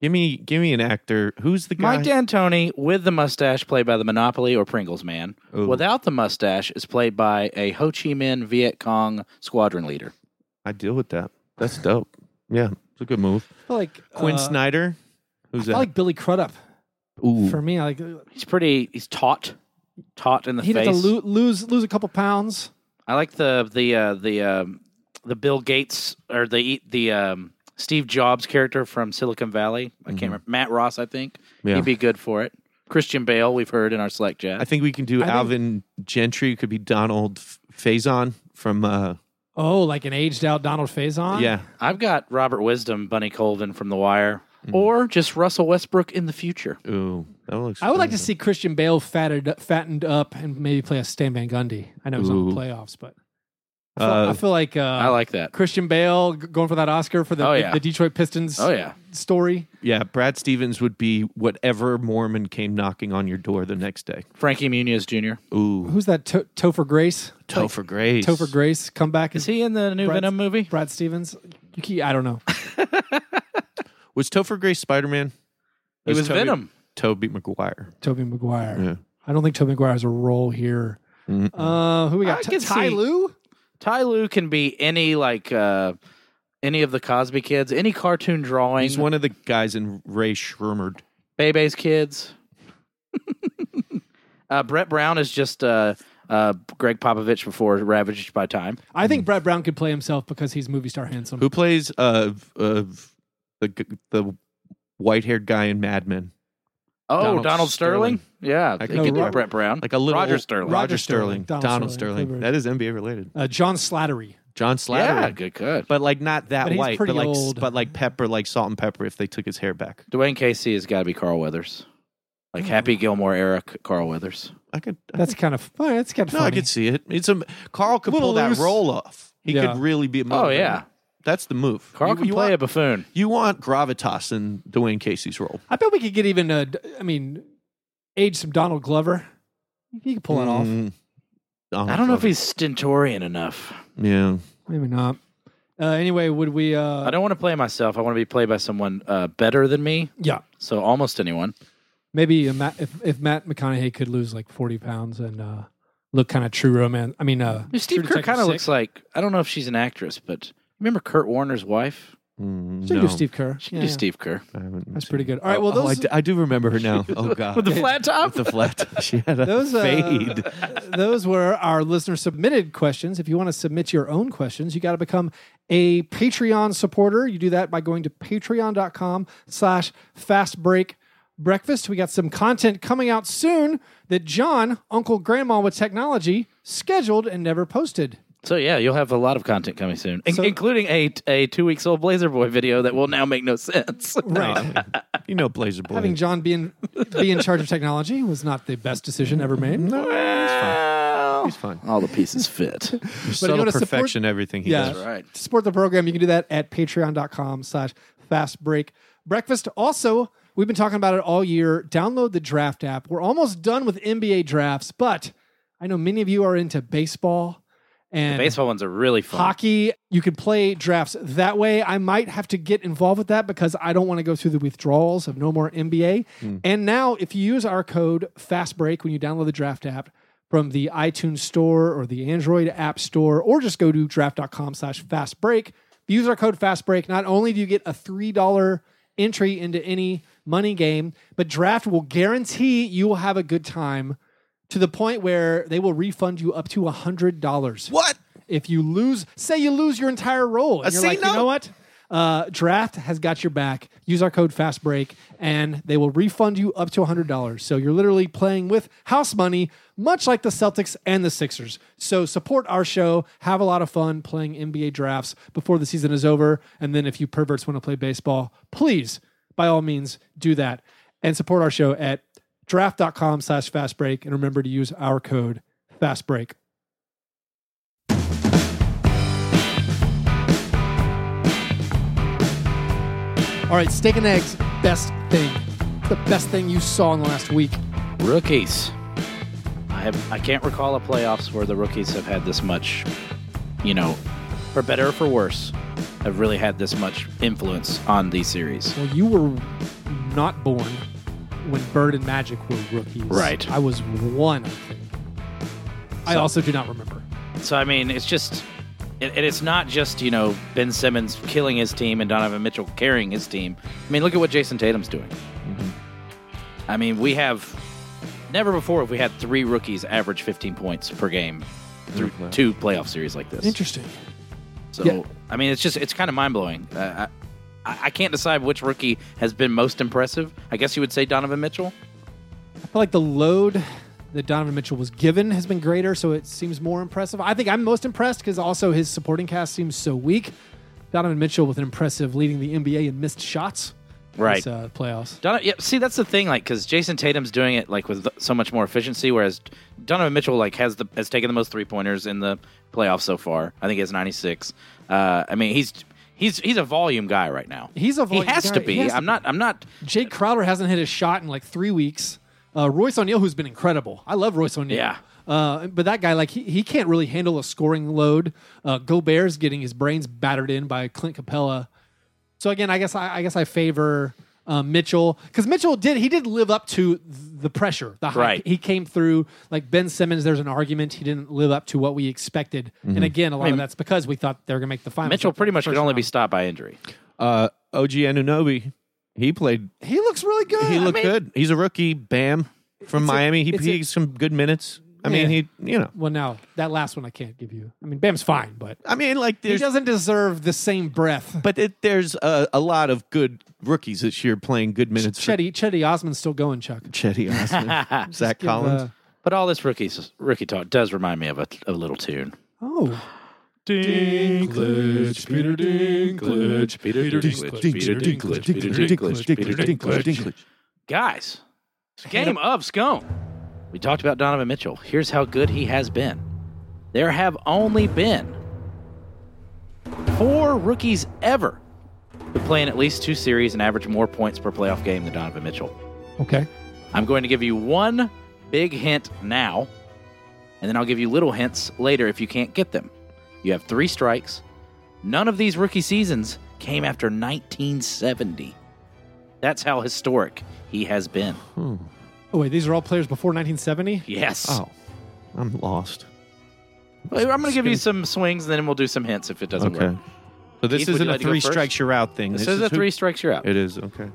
S2: give me give me an actor. Who's the guy?
S3: Mike D'Antoni with the mustache, played by the Monopoly or Pringles man.
S2: Ooh.
S3: Without the mustache, is played by a Ho Chi Minh Viet Cong squadron leader.
S2: I deal with that. That's dope. Yeah, it's a good move.
S1: I feel like
S2: Quinn
S1: uh,
S2: Snyder. Who's
S1: I
S2: that?
S1: like Billy Crudup.
S2: Ooh.
S1: For me, I like uh,
S3: He's pretty. He's taut, taut in the
S1: he'd
S3: face.
S1: have to lo- lose lose a couple pounds.
S3: I like the the uh, the um, the Bill Gates or the the um, Steve Jobs character from Silicon Valley. I can't remember Matt Ross. I think
S2: Mm-hmm. Yeah.
S3: he'd be good for it. Christian Bale, we've heard in our select
S2: I
S3: chat.
S2: think we can do
S1: I think-
S2: Alvin Gentry. Could be Donald F- Faison from uh,
S1: Oh, like an aged out Donald Faison?
S2: yeah.
S3: I've got Robert Wisdom, Bunny Colvin from The Wire,
S2: Mm-hmm.
S3: or just Russell Westbrook in the future.
S2: Ooh, that looks.
S1: I would like to see Christian Bale fatted up, fattened up and maybe play a Stan Van Gundy. I know he's on the
S2: Ooh.
S1: playoffs, but I feel, I
S2: Uh,
S1: feel like, uh,
S3: I like that.
S1: Christian Bale g- going for that Oscar for the,
S3: Oh,
S1: the-
S3: yeah.
S1: the Detroit Pistons
S3: Oh yeah,
S1: story.
S2: Yeah, Brad Stevens would be whatever Mormon came knocking on your door the next day.
S3: Frankie Muniz Jr.
S2: Ooh,
S1: Who's that? To- Topher Grace?
S2: Topher Grace.
S1: Topher Grace comeback?
S3: Is he in the new
S1: Brad-
S3: Venom movie?
S1: Brad Stevens? You keep, I don't know.
S2: was Topher Grace Spider Man.
S3: He was Venom.
S2: Toby McGuire.
S1: Toby Maguire.
S2: Yeah.
S1: I don't think Toby Maguire has a role here. Uh, who we
S3: I
S1: got? T-
S3: could
S1: Ty
S3: see-
S1: Lue?
S3: Ty Lue can be any like uh, any of the Cosby kids, any cartoon drawing.
S2: He's one of the guys in Ray Shroomered. [LAUGHS]
S3: Bebe's kids. uh, Brett Brown is just uh, uh, Greg Popovich before ravaged by time.
S1: I think Brett Brown could play himself because he's movie star handsome.
S2: Hmm. Who plays uh, uh the g- the white haired guy in Mad Men?
S3: Oh, Donald,
S2: Donald
S3: Sterling.
S2: Sterling.
S3: Yeah,
S2: I
S3: they
S2: know
S3: could do
S1: Ro-
S3: Brett Brown,
S2: Like a little
S3: Roger Sterling.
S1: Ro-
S2: Roger Sterling. Donald, Sterling. That is NBA related.
S1: Uh, John Slattery.
S2: John Slattery.
S3: Yeah, good cut.
S2: But like not that
S1: But he's
S2: white,
S1: pretty
S2: but like s-
S1: old.
S2: but like pepper, like salt and pepper. If they took his hair back,
S3: Dwayne Casey has got to be Carl Weathers, like Happy Gilmore era C- Carl Weathers.
S2: I could. I
S1: That's kind of all right, that's kind of
S2: No,
S1: funny.
S2: I could see it. It's a Carl could
S1: Little
S2: pull that
S1: loose.
S2: roll off. He
S1: Yeah.
S2: could really be. A
S3: Oh
S2: motivator.
S3: yeah,
S2: that's the move.
S3: Carl
S2: You-
S3: can
S2: you
S3: play a
S2: Want,
S3: buffoon.
S2: you want gravitas in Dwayne Casey's role.
S1: I bet we could get even. Uh, d- I mean, age some Donald Glover. He could pull it off.
S2: Mm. Donald
S3: I don't know if
S2: Glover.
S3: he's stentorian enough.
S2: Yeah.
S1: Maybe not. Uh, anyway, would we? Uh,
S3: I don't want to play myself. I want to be played by someone uh, better than me.
S1: yeah,
S3: So almost anyone.
S1: maybe a Matt, if if Matt McConaughey could lose like forty pounds and uh, look kind of true romance. I mean, uh, True
S3: Steve Kerr
S1: Detective
S3: kind of
S1: six.
S3: looks like I don't know if she's an actress, but remember Kurt Warner's wife?
S2: Mm,
S1: she can
S2: no,
S1: do Steve Kerr.
S3: She can
S1: Yeah,
S3: do
S1: yeah.
S3: Steve Kerr
S2: I haven't
S1: That's
S2: seen
S1: pretty
S2: it.
S1: good. All right, well,
S2: Oh, I
S1: those
S2: d- I do remember
S1: [LAUGHS]
S2: her now. Oh god,
S3: with the flat
S2: [LAUGHS]
S3: top.
S2: With the flat. top. She had a
S1: Those, uh,
S2: fade.
S1: Those were our listener submitted questions. If you want to submit your own questions, you got to become a Patreon supporter. You do that by going to patreon.com slash fast break breakfast. We got some content coming out soon that John, Uncle Grandma with Technology, scheduled and never posted.
S3: So yeah, you'll have a lot of content coming soon, in-
S1: So-
S3: including a a two weeks old Blazer Boy video that will now make no sense.
S1: Right.
S2: you know, Blazer Boy.
S1: Having John be in, be in charge of technology was not the best decision ever made.
S3: [LAUGHS] Well,
S2: He's fine.
S3: all the pieces fit.
S2: Subtle
S1: wanna support-
S2: perfection, everything he
S1: Yeah.
S2: does.
S3: That's right.
S1: to support the program, you can do that at patreon.com slash fast break breakfast. Also, we've been talking about it all year. Download the draft app. We're almost done with NBA drafts, but I know many of you are into baseball and
S3: Baseball ones are really fun.
S1: hockey. You can play drafts that way. I might have to get involved with that because I don't want to go through the withdrawals of no more NBA. And now, if you use our code FASTBREAK when you download the draft app from the iTunes store or the Android app store, or just go to draft.com slash FASTBREAK, if you use our code FASTBREAK, not only do you get a $3 entry into any money game, but draft will guarantee you will have a good time to the point where they will refund you up to $100
S2: What?
S1: if you lose, say you lose your entire roll, and you're
S2: say
S1: like, you
S2: no.
S1: know what? Uh, Draft has got your back. Use our code FASTBREAK, and they will refund you up to $100. So you're literally playing with house money, much like the Celtics and the Sixers. So support our show. Have a lot of fun playing NBA drafts before the season is over. And then if you perverts want to play baseball, please, by all means, do that. And support our show at draft.com slash FASTBREAK. And remember to use our code FASTBREAK. All right, steak and eggs, best thing. The best thing you saw in the last week.
S3: Rookies. I have I can't recall a playoffs where the rookies have had this much, you know, for better or for worse, have really had this much influence on these series.
S1: Well, you were not born when Bird and Magic were rookies.
S3: Right.
S1: I was one, I think. I
S3: So-
S1: also do not remember.
S3: So I mean, it's just and and it's not just, you know, Ben Simmons killing his team and Donovan Mitchell carrying his team. I mean, look at what Jason Tatum's doing. I mean, we have never before have we had three rookies average 15 points per game through two playoff series like this.
S1: Interesting.
S3: So
S1: Yeah.
S3: I mean, it's just it's kind of mind blowing. Uh, I, I can't decide which rookie has been most impressive. I guess you would say Donovan Mitchell.
S1: I feel like the load that Donovan Mitchell was given has been greater, so it seems more impressive. I think I'm most impressed because also his supporting cast seems so weak. Donovan Mitchell with an impressive leading the NBA in missed shots.
S3: Right.
S1: This, uh, playoffs.
S3: Don- yeah, see, that's the thing, like, because Jason Tatum's doing it like with th- so much more efficiency, whereas Donovan Mitchell like has the has taken the most three pointers in the playoffs so far. I think he has ninety six. Uh, I mean, he's he's he's a volume guy right now.
S1: He's a volume
S3: he has
S1: guy.
S3: to be.
S1: He has to
S3: I'm
S1: be.
S3: not. I'm not.
S1: Jake Crowder hasn't hit a shot in like three weeks. Uh, Royce O'Neal, who's been incredible. I love Royce O'Neal.
S3: Yeah.
S1: Uh, but that guy, like, he, he can't really handle a scoring load. Uh, Gobert's getting his brains battered in by Clint Capella. So again, I guess I, I guess I favor um, Mitchell because Mitchell did he did live up to th- the pressure, the hype.
S3: Right.
S1: He came through like Ben Simmons. There's an argument he didn't live up to what we expected, and again, a lot of that's because we thought they were gonna make the finals.
S3: Mm-hmm. Mitchell
S1: Like,
S3: pretty much
S1: first
S3: could only be
S1: round.
S3: stopped by injury.
S2: Uh, OG Anunobi, he played.
S1: He looks really good.
S2: He looked
S3: mean-
S2: good. He's a rookie. Bam from Miami. he
S1: it's a-
S2: he gets some good minutes. I
S1: Yeah.
S2: mean, he you know.
S1: Well, now that last one I can't give you. I mean, Bam's fine, but
S2: I mean, like
S1: he
S2: there's
S1: doesn't deserve the same breath.
S2: but it, there's a, a lot of good rookies this year playing good minutes. for
S1: Chetty Chetty Osman's still going, Chuck.
S2: Chetty Osman, Zach
S1: Give, uh,
S2: Collins.
S3: But all this rookie rookie talk does remind me of a, a little tune.
S1: oh,
S6: Dinklage, Peter Dinklage, Peter Dinklage, Peter Dinklage, Peter Dinklage, Peter Dinklage.
S3: Guys, it's game of scone. We talked about Donovan Mitchell. Here's how good he has been. There have only been four rookies ever who play in at least two series and average more points per playoff game than Donovan Mitchell.
S1: okay.
S3: I'm going to give you one big hint now, and then I'll give you little hints later if you can't get them. You have three strikes. None of these rookie seasons came after 1970. That's how historic he has been.
S1: Oh wait, these are all players before 1970.
S3: Yes.
S2: Oh, I'm lost.
S3: Well, I'm going to give you some swings, and then we'll do some hints if it doesn't
S2: Okay.
S3: work.
S2: So this
S3: Keith, would
S2: isn't
S3: you
S2: a
S3: like to go
S2: three
S3: first?
S2: strikes you're out thing.
S3: This, is, a
S2: who-
S3: three strikes you're out.
S2: It is okay.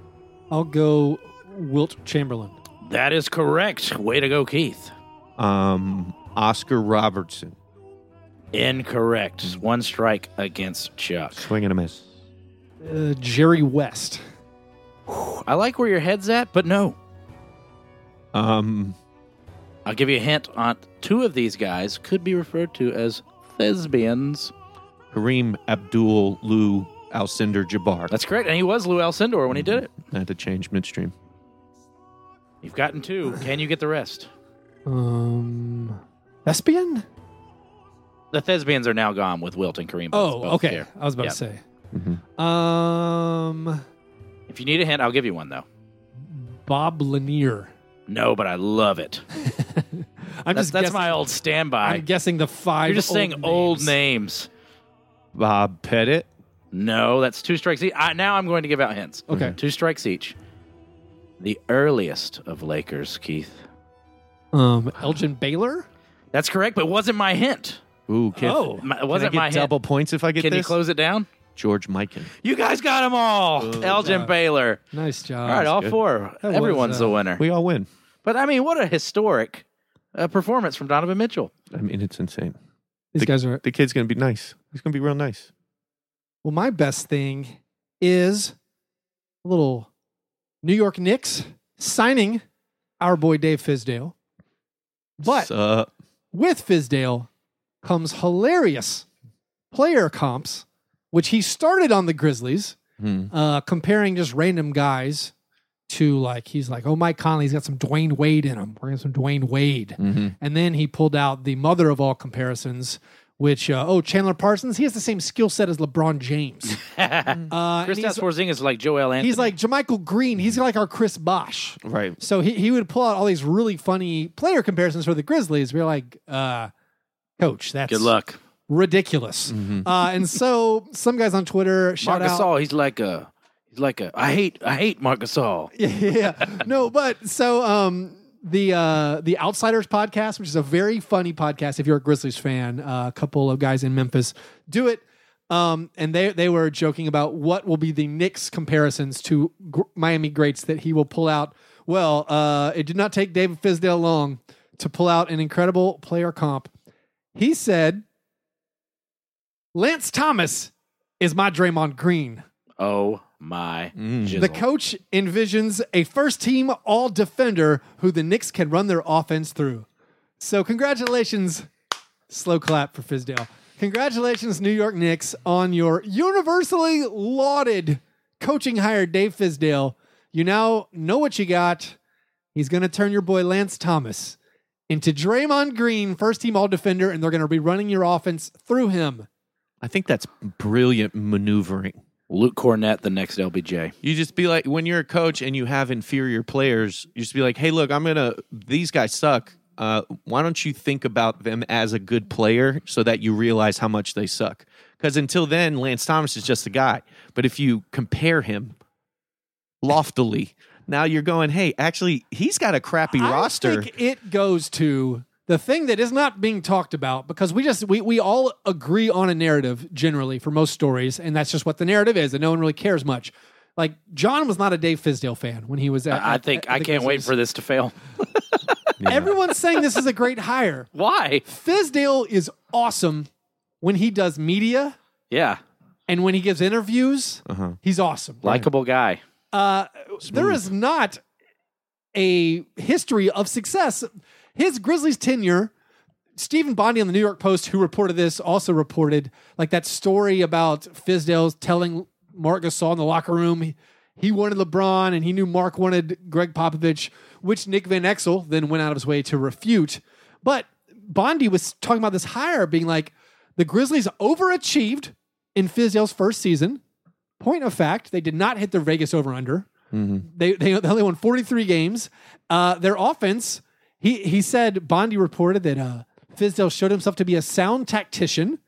S1: I'll go Wilt Chamberlain.
S3: that is correct. Way to go, Keith.
S2: Um, Oscar Robertson,
S3: Incorrect. One strike against Chuck.
S2: swing and a miss.
S1: Uh, Jerry West.
S3: I like where your head's at, but no.
S2: Um,
S3: I'll give you a hint on two of these guys could be referred to as thespians.
S2: Kareem Abdul Lou Alcindor Jabbar.
S3: That's correct. And he was Lou Alcindor when he did it.
S2: I had to change midstream.
S3: You've gotten two. Can you get the rest?
S1: Um, Thespian.
S3: The thespians are now gone with Wilt and Kareem. both-
S1: Oh,
S3: both
S1: okay.
S3: here. Mm-hmm.
S1: I was about
S3: Yeah.
S1: to say. Um,
S3: If you need a hint, I'll give you one, though.
S1: Bob Lanier.
S3: No, but I
S1: [LAUGHS]
S3: love it.
S1: I'm
S3: That's,
S1: just
S3: that's
S1: guessing,
S3: my old standby.
S1: I'm guessing the five.
S3: You're just
S1: old
S3: saying
S1: names.
S3: old names.
S2: Bob Pettit.
S3: No, that's two strikes each. I, now I'm going to give out hints. Mm-hmm.
S1: Okay.
S3: Two strikes each. The earliest of Lakers, Keith.
S1: Um, Elgin Baylor.
S3: That's correct, but it wasn't my hint.
S2: Ooh, can,
S1: Oh.
S3: My,
S2: can
S3: it
S2: I
S3: wasn't
S2: get
S3: my
S2: double
S3: hint.
S2: points if I get
S3: Can you
S2: this?
S3: close it down?
S2: George Mikan.
S3: You guys got them all.
S1: Oh,
S3: Elgin Baylor.
S1: Nice job.
S3: All right, all
S2: good.
S3: four.
S1: That
S3: Everyone's
S1: was, uh,
S3: a winner.
S2: We all win.
S3: But I mean, what a historic uh, performance from Donovan Mitchell.
S2: I mean, it's insane.
S1: These guys are
S2: The kid's gonna be nice. He's gonna be real nice.
S1: Well, my best thing is a little New York Knicks signing our boy Dave Fizdale. But
S2: Sup?
S1: with Fizdale comes hilarious player comps, which he started on the Grizzlies,
S2: Hmm.
S1: uh, comparing just random guys to like, he's like, oh, Mike Conley's got some Dwayne Wade in him. We're going to some Dwayne Wade.
S2: Mhm.
S1: And then he pulled out the mother of all comparisons, which, uh, oh, Chandler Parsons, he has the same skill set as LeBron James. uh, and
S3: Kristaps
S1: he's,
S3: Porzingis is like Joel Anthony.
S1: he's like Jamichael Green. He's like our Chris Bosch.
S2: Right.
S1: So he, he would pull out all these really funny player comparisons for the Grizzlies. We are like, uh, coach, that's
S3: good luck. Mm-hmm.
S1: ridiculous. Uh, and so some guys on Twitter shout
S3: Marc
S1: out.
S3: Gasol, he's like a, he's like a. I hate, I hate Marc Gasol.
S1: yeah. No, but so um the uh the Outsiders podcast, which is a very funny podcast if you're a Grizzlies fan, uh, a couple of guys in Memphis do it. Um, and they they were joking about what will be the Knicks comparisons to gr- Miami greats that he will pull out. Well, uh, it did not take David Fizdale long to pull out an incredible player comp He said, Lance Thomas is my Draymond Green.
S3: Oh my! jizzle.
S1: Mm. The coach envisions a first team all defender who the Knicks can run their offense through. So, congratulations. Slow clap for Fizdale. Congratulations, New York Knicks, on your universally lauded coaching hire, Dave Fizdale. You now know what you got. He's going to turn your boy Lance Thomas into Draymond Green, first team all defender, and they're going to be running your offense through him.
S2: I think that's brilliant maneuvering.
S3: Luke Cornett, the next LBJ.
S2: You just be like, when you're a coach and you have inferior players, you just be like, hey, look, I'm going to, these guys suck. Uh, why don't you think about them as a good player so that you realize how much they suck? Because until then, Lance Thomas is just a guy. But if you compare him loftily, now you're going, hey, actually, he's got a crappy roster.
S1: I think it goes to the thing that is not being talked about because we just we we all agree on a narrative generally for most stories, and that's just what the narrative is, and no one really cares much. Like John was not a Dave Fizdale fan when he was at.
S3: I think I can't wait for this to fail. [LAUGHS]
S1: Everyone's saying this is a great hire.
S3: Why?
S1: Fizdale is awesome when he does media
S3: Yeah,
S1: and when he gives interviews. He's awesome.
S3: likable guy.
S1: Uh, there is not a history of success. His Grizzlies tenure, Stephen Bondi on the New York Post, who reported this, also reported like that story about Fizdale's telling Mark Gasol in the locker room he, he wanted LeBron and he knew Mark wanted Greg Popovich, which Nick Van Exel then went out of his way to refute. But Bondi was talking about this hire being like the Grizzlies overachieved in Fizdale's first season. Point of fact, they did not hit their Vegas over under. They, they they only won 43 games. Uh, their offense, he he said Bondi reported that uh, Fizdale showed himself to be a sound tactician.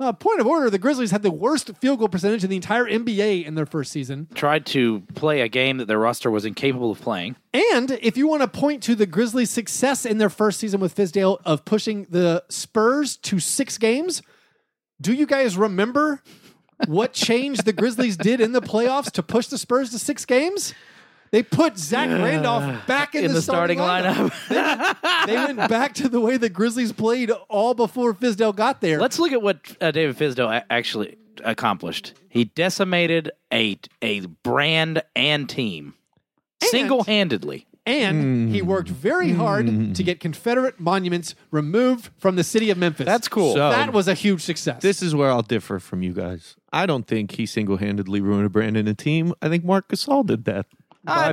S1: Uh, point of order: the Grizzlies had the worst field goal percentage in the entire NBA in their first season.
S3: Tried to play a game that their roster was incapable of playing.
S1: And if you want to point to the Grizzlies' success in their first season with Fizdale of pushing the Spurs to six games, do you guys remember what change the
S3: [LAUGHS]
S1: Grizzlies did in the playoffs to push the Spurs to six games? They put Zach Randolph back in,
S3: In the starting
S1: they went back to the way the Grizzlies played all before Fizdale got there.
S3: [LAUGHS] Let's look at what uh, David Fizdale a- actually accomplished. He decimated a a brand and team single handedly.
S1: and
S2: Hmm.
S1: he worked very hard to get Confederate monuments removed from the city of Memphis.
S3: That's cool.
S2: So-
S1: that was a huge success.
S2: This is where I'll differ from you guys. I don't think he single handedly ruined a brand and a team. I think Mark Gasol did that.
S3: Uh,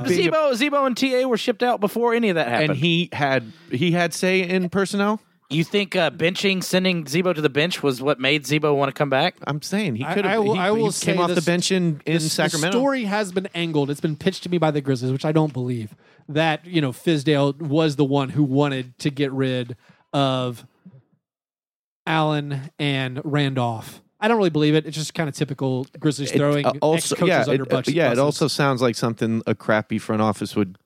S2: By being a-
S3: Zebo, Zebo, and Ta were shipped out before any of that happened.
S2: and he had he had say in personnel.
S3: you think uh, benching, sending Zebo to the bench, was what made Zebo want to come back?
S2: I'm saying he
S1: I-
S2: could
S1: I
S2: have.
S1: will-
S2: he,
S1: I will
S2: he
S1: say
S2: came off the
S1: this-
S2: bench in, in
S1: This-
S2: Sacramento.
S1: The story has been angled. It's been pitched to me by the Grizzlies, which I don't believe that you know Fizdale was the one who wanted to get rid of Allen and Randolph. I don't really believe it. It's just kind of typical Grizzlies
S2: It,
S1: throwing
S2: uh,
S1: coaches
S2: yeah,
S1: under
S2: it,
S1: bus-
S2: yeah. It
S1: buses.
S2: also sounds like something a crappy front office would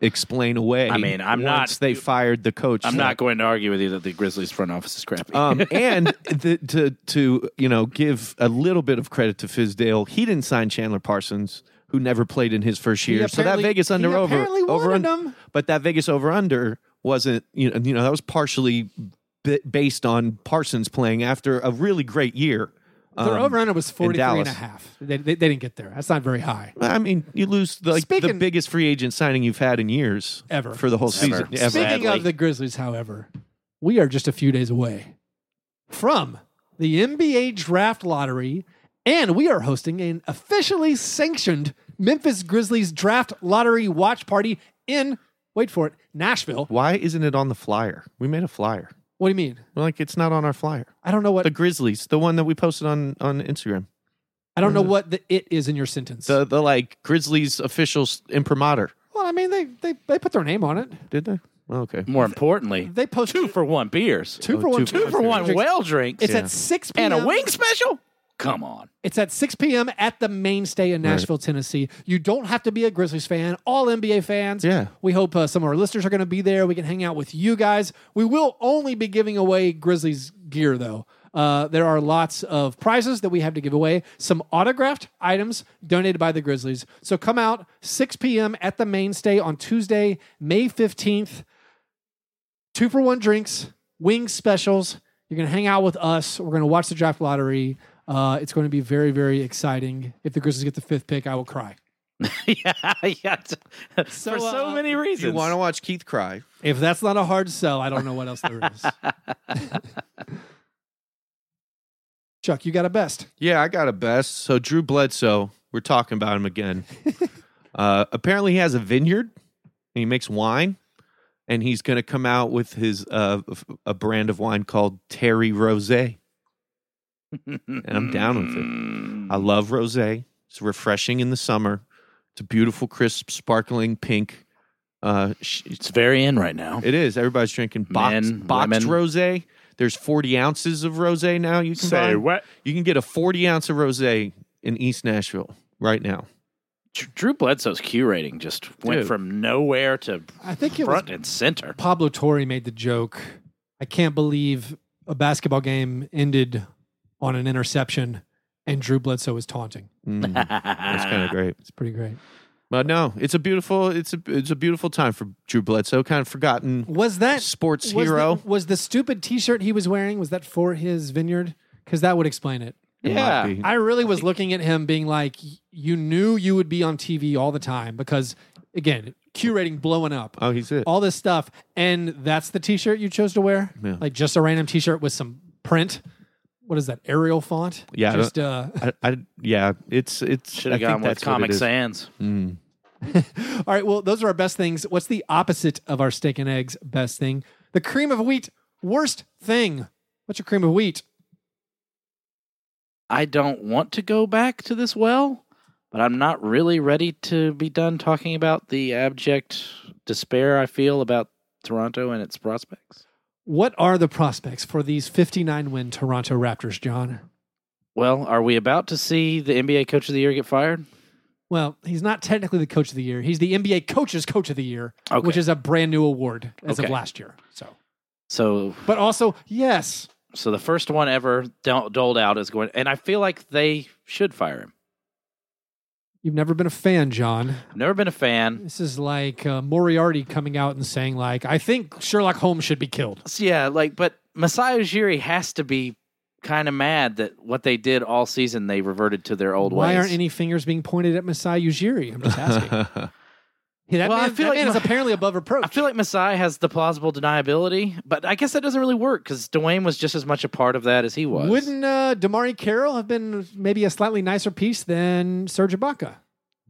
S2: explain away.
S3: I mean, I'm not-
S2: once they fired the coach.
S3: I'm not going to argue with you that the Grizzlies front office is crappy.
S2: um, and the, to to you know give a little bit of credit to Fizdale, he didn't sign Chandler Parsons, who never played in his first year. So that
S1: apparently-
S2: Vegas
S1: he
S2: under over
S1: apparently
S2: over
S1: wanted
S2: un-
S1: him.
S2: but that Vegas over under wasn't you know you know that was partially b- based on Parsons playing after a really great year.
S1: their
S2: um,
S1: over under was
S2: in
S1: 43 and a
S2: Dallas.
S1: half. They, they, they didn't get there. That's not very high.
S2: I mean, you lose the, like, the
S1: Speaking-
S2: biggest free agent signing you've had in years
S1: Ever.
S2: for the whole season.
S3: Ever.
S2: Ever.
S1: Speaking
S3: Sadly.
S1: of the Grizzlies, however, we are just a few days away from the NBA draft lottery, and we are hosting an officially sanctioned Memphis Grizzlies draft lottery watch party in, wait for it, Nashville.
S2: Why isn't it on the flyer? We made a flyer.
S1: What do you mean?
S2: Like it's not on our flyer.
S1: I don't know what
S2: The Grizzlies, the one that we posted on on Instagram.
S1: I don't know what the it is in your sentence.
S2: The the like Grizzlies official s- imprimatur.
S1: well, I mean they, they they put their name on it.
S2: Did they? Oh, okay.
S3: More importantly,
S1: They posted
S3: two for one beers,
S1: two for one.
S2: two
S3: Two for one well drinks,
S1: It's at six p.m.
S3: and a wing special. Come on,
S1: It's at 6 p.m. at the mainstay in Nashville, Tennessee. You don't have to be a Grizzlies fan, all NBA fans.
S2: Yeah.
S1: We hope uh, some of our listeners are going to be there. We can hang out with you guys. We will only be giving away Grizzlies gear, though. Uh, there are lots of prizes that we have to give away, some autographed items donated by the Grizzlies. So come out 6 p.m. at the mainstay on Tuesday, May 15th two for one drinks, wing specials, You're going to hang out with us. We're going to watch the draft lottery. Uh, it's going to be very, very exciting. If the Grizzlies get the fifth pick, I will cry.
S3: [LAUGHS] yeah, yeah. For so
S1: uh,
S3: many
S2: If you
S3: reasons.
S2: want to watch Keith cry,
S1: If that's not a hard sell, I don't know what else there is. Chuck, you got a best.
S2: Yeah, I got a best. So Drew Bledsoe, we're talking about him [LAUGHS] again. uh, apparently, he has a vineyard and he makes wine, and he's going to come out with his uh, f- a brand of wine called Terry Rosé,
S3: [LAUGHS]
S2: and I'm down with it.
S3: Mm.
S2: I love rosé. It's refreshing in the summer. It's a beautiful, crisp, sparkling pink. Uh, sh-
S3: it's very in right now.
S2: it is. Everybody's drinking boxed,
S3: Men,
S2: boxed
S3: women.
S2: rosé. There's 40 ounces of rosé now. You can buy.
S6: Say what?
S2: You can get a 40 ounce of rose in East Nashville right now.
S3: Dr- Drew Bledsoe's curating just went
S2: Dude.
S3: from nowhere to
S1: I think it was
S3: front and center. [LAUGHS]
S1: Pablo Torre made the joke. I can't believe a basketball game ended on an interception and Drew Bledsoe was taunting.
S2: Mm, that's
S3: Ah.
S2: kind of great.
S1: It's pretty great.
S2: But no, it's a beautiful it's a it's a beautiful time for Drew Bledsoe, kind of forgotten
S1: Was that
S2: sports
S1: was
S2: hero.
S1: The, was the stupid T-shirt he was wearing was that for his vineyard? Because that would explain it.
S2: It might
S3: Yeah.
S2: be.
S1: I really was looking at him being like, y- you knew you would be on TV all the time because, again, curating blowing up,
S2: Oh, he's it.
S1: all this stuff, and that's the T-shirt you chose to wear,
S2: Yeah.
S1: like just a random T-shirt with some print. What is that Arial font?
S2: Yeah, I
S1: just uh, [LAUGHS]
S2: I, I, yeah, it's it's.
S3: Should
S2: I
S3: have
S2: think
S3: gone with
S2: that's what
S3: Comic
S2: it is.
S3: Sans.
S2: Mm.
S1: All right, well, those are our best things. What's the opposite of our steak and eggs best thing? The cream of wheat, worst thing. What's your cream of wheat?
S3: I don't want to go back to this well, but I'm not really ready to be done talking about the abject despair I feel about Toronto and its prospects.
S1: What are the prospects for these 59 win Toronto Raptors, John?
S3: Well, are we about to see the NBA Coach of the Year get fired?
S1: Well, he's not technically the coach of the year. He's the NBA coaches coach of the year,
S3: Okay.
S1: which is a brand new award as of
S3: Okay.
S1: last year. So,
S3: So,
S1: but also, yes,
S3: so the first one ever dol- doled out is going, and I feel like they should fire him.
S1: you've never been a fan, John.
S3: I've never been a fan.
S1: This is like uh, Moriarty coming out and saying like, I think Sherlock Holmes should be killed.
S3: So, yeah, like, but Masai Ujiri has to be kind of mad that what they did all season they reverted to their old
S1: Why
S3: ways.
S1: aren't any fingers being pointed at Masai Ujiri? I'm just asking.
S3: [LAUGHS]
S1: Yeah, that
S3: Well,
S1: man,
S3: I feel
S1: that
S3: like
S1: man is
S3: my-
S1: apparently above reproach.
S3: I feel like Masai has the plausible deniability, but I guess that doesn't really work because Dwayne was just as much a part of that as he was.
S1: Wouldn't uh, Damari Carroll have been maybe a slightly nicer piece than Serge Ibaka?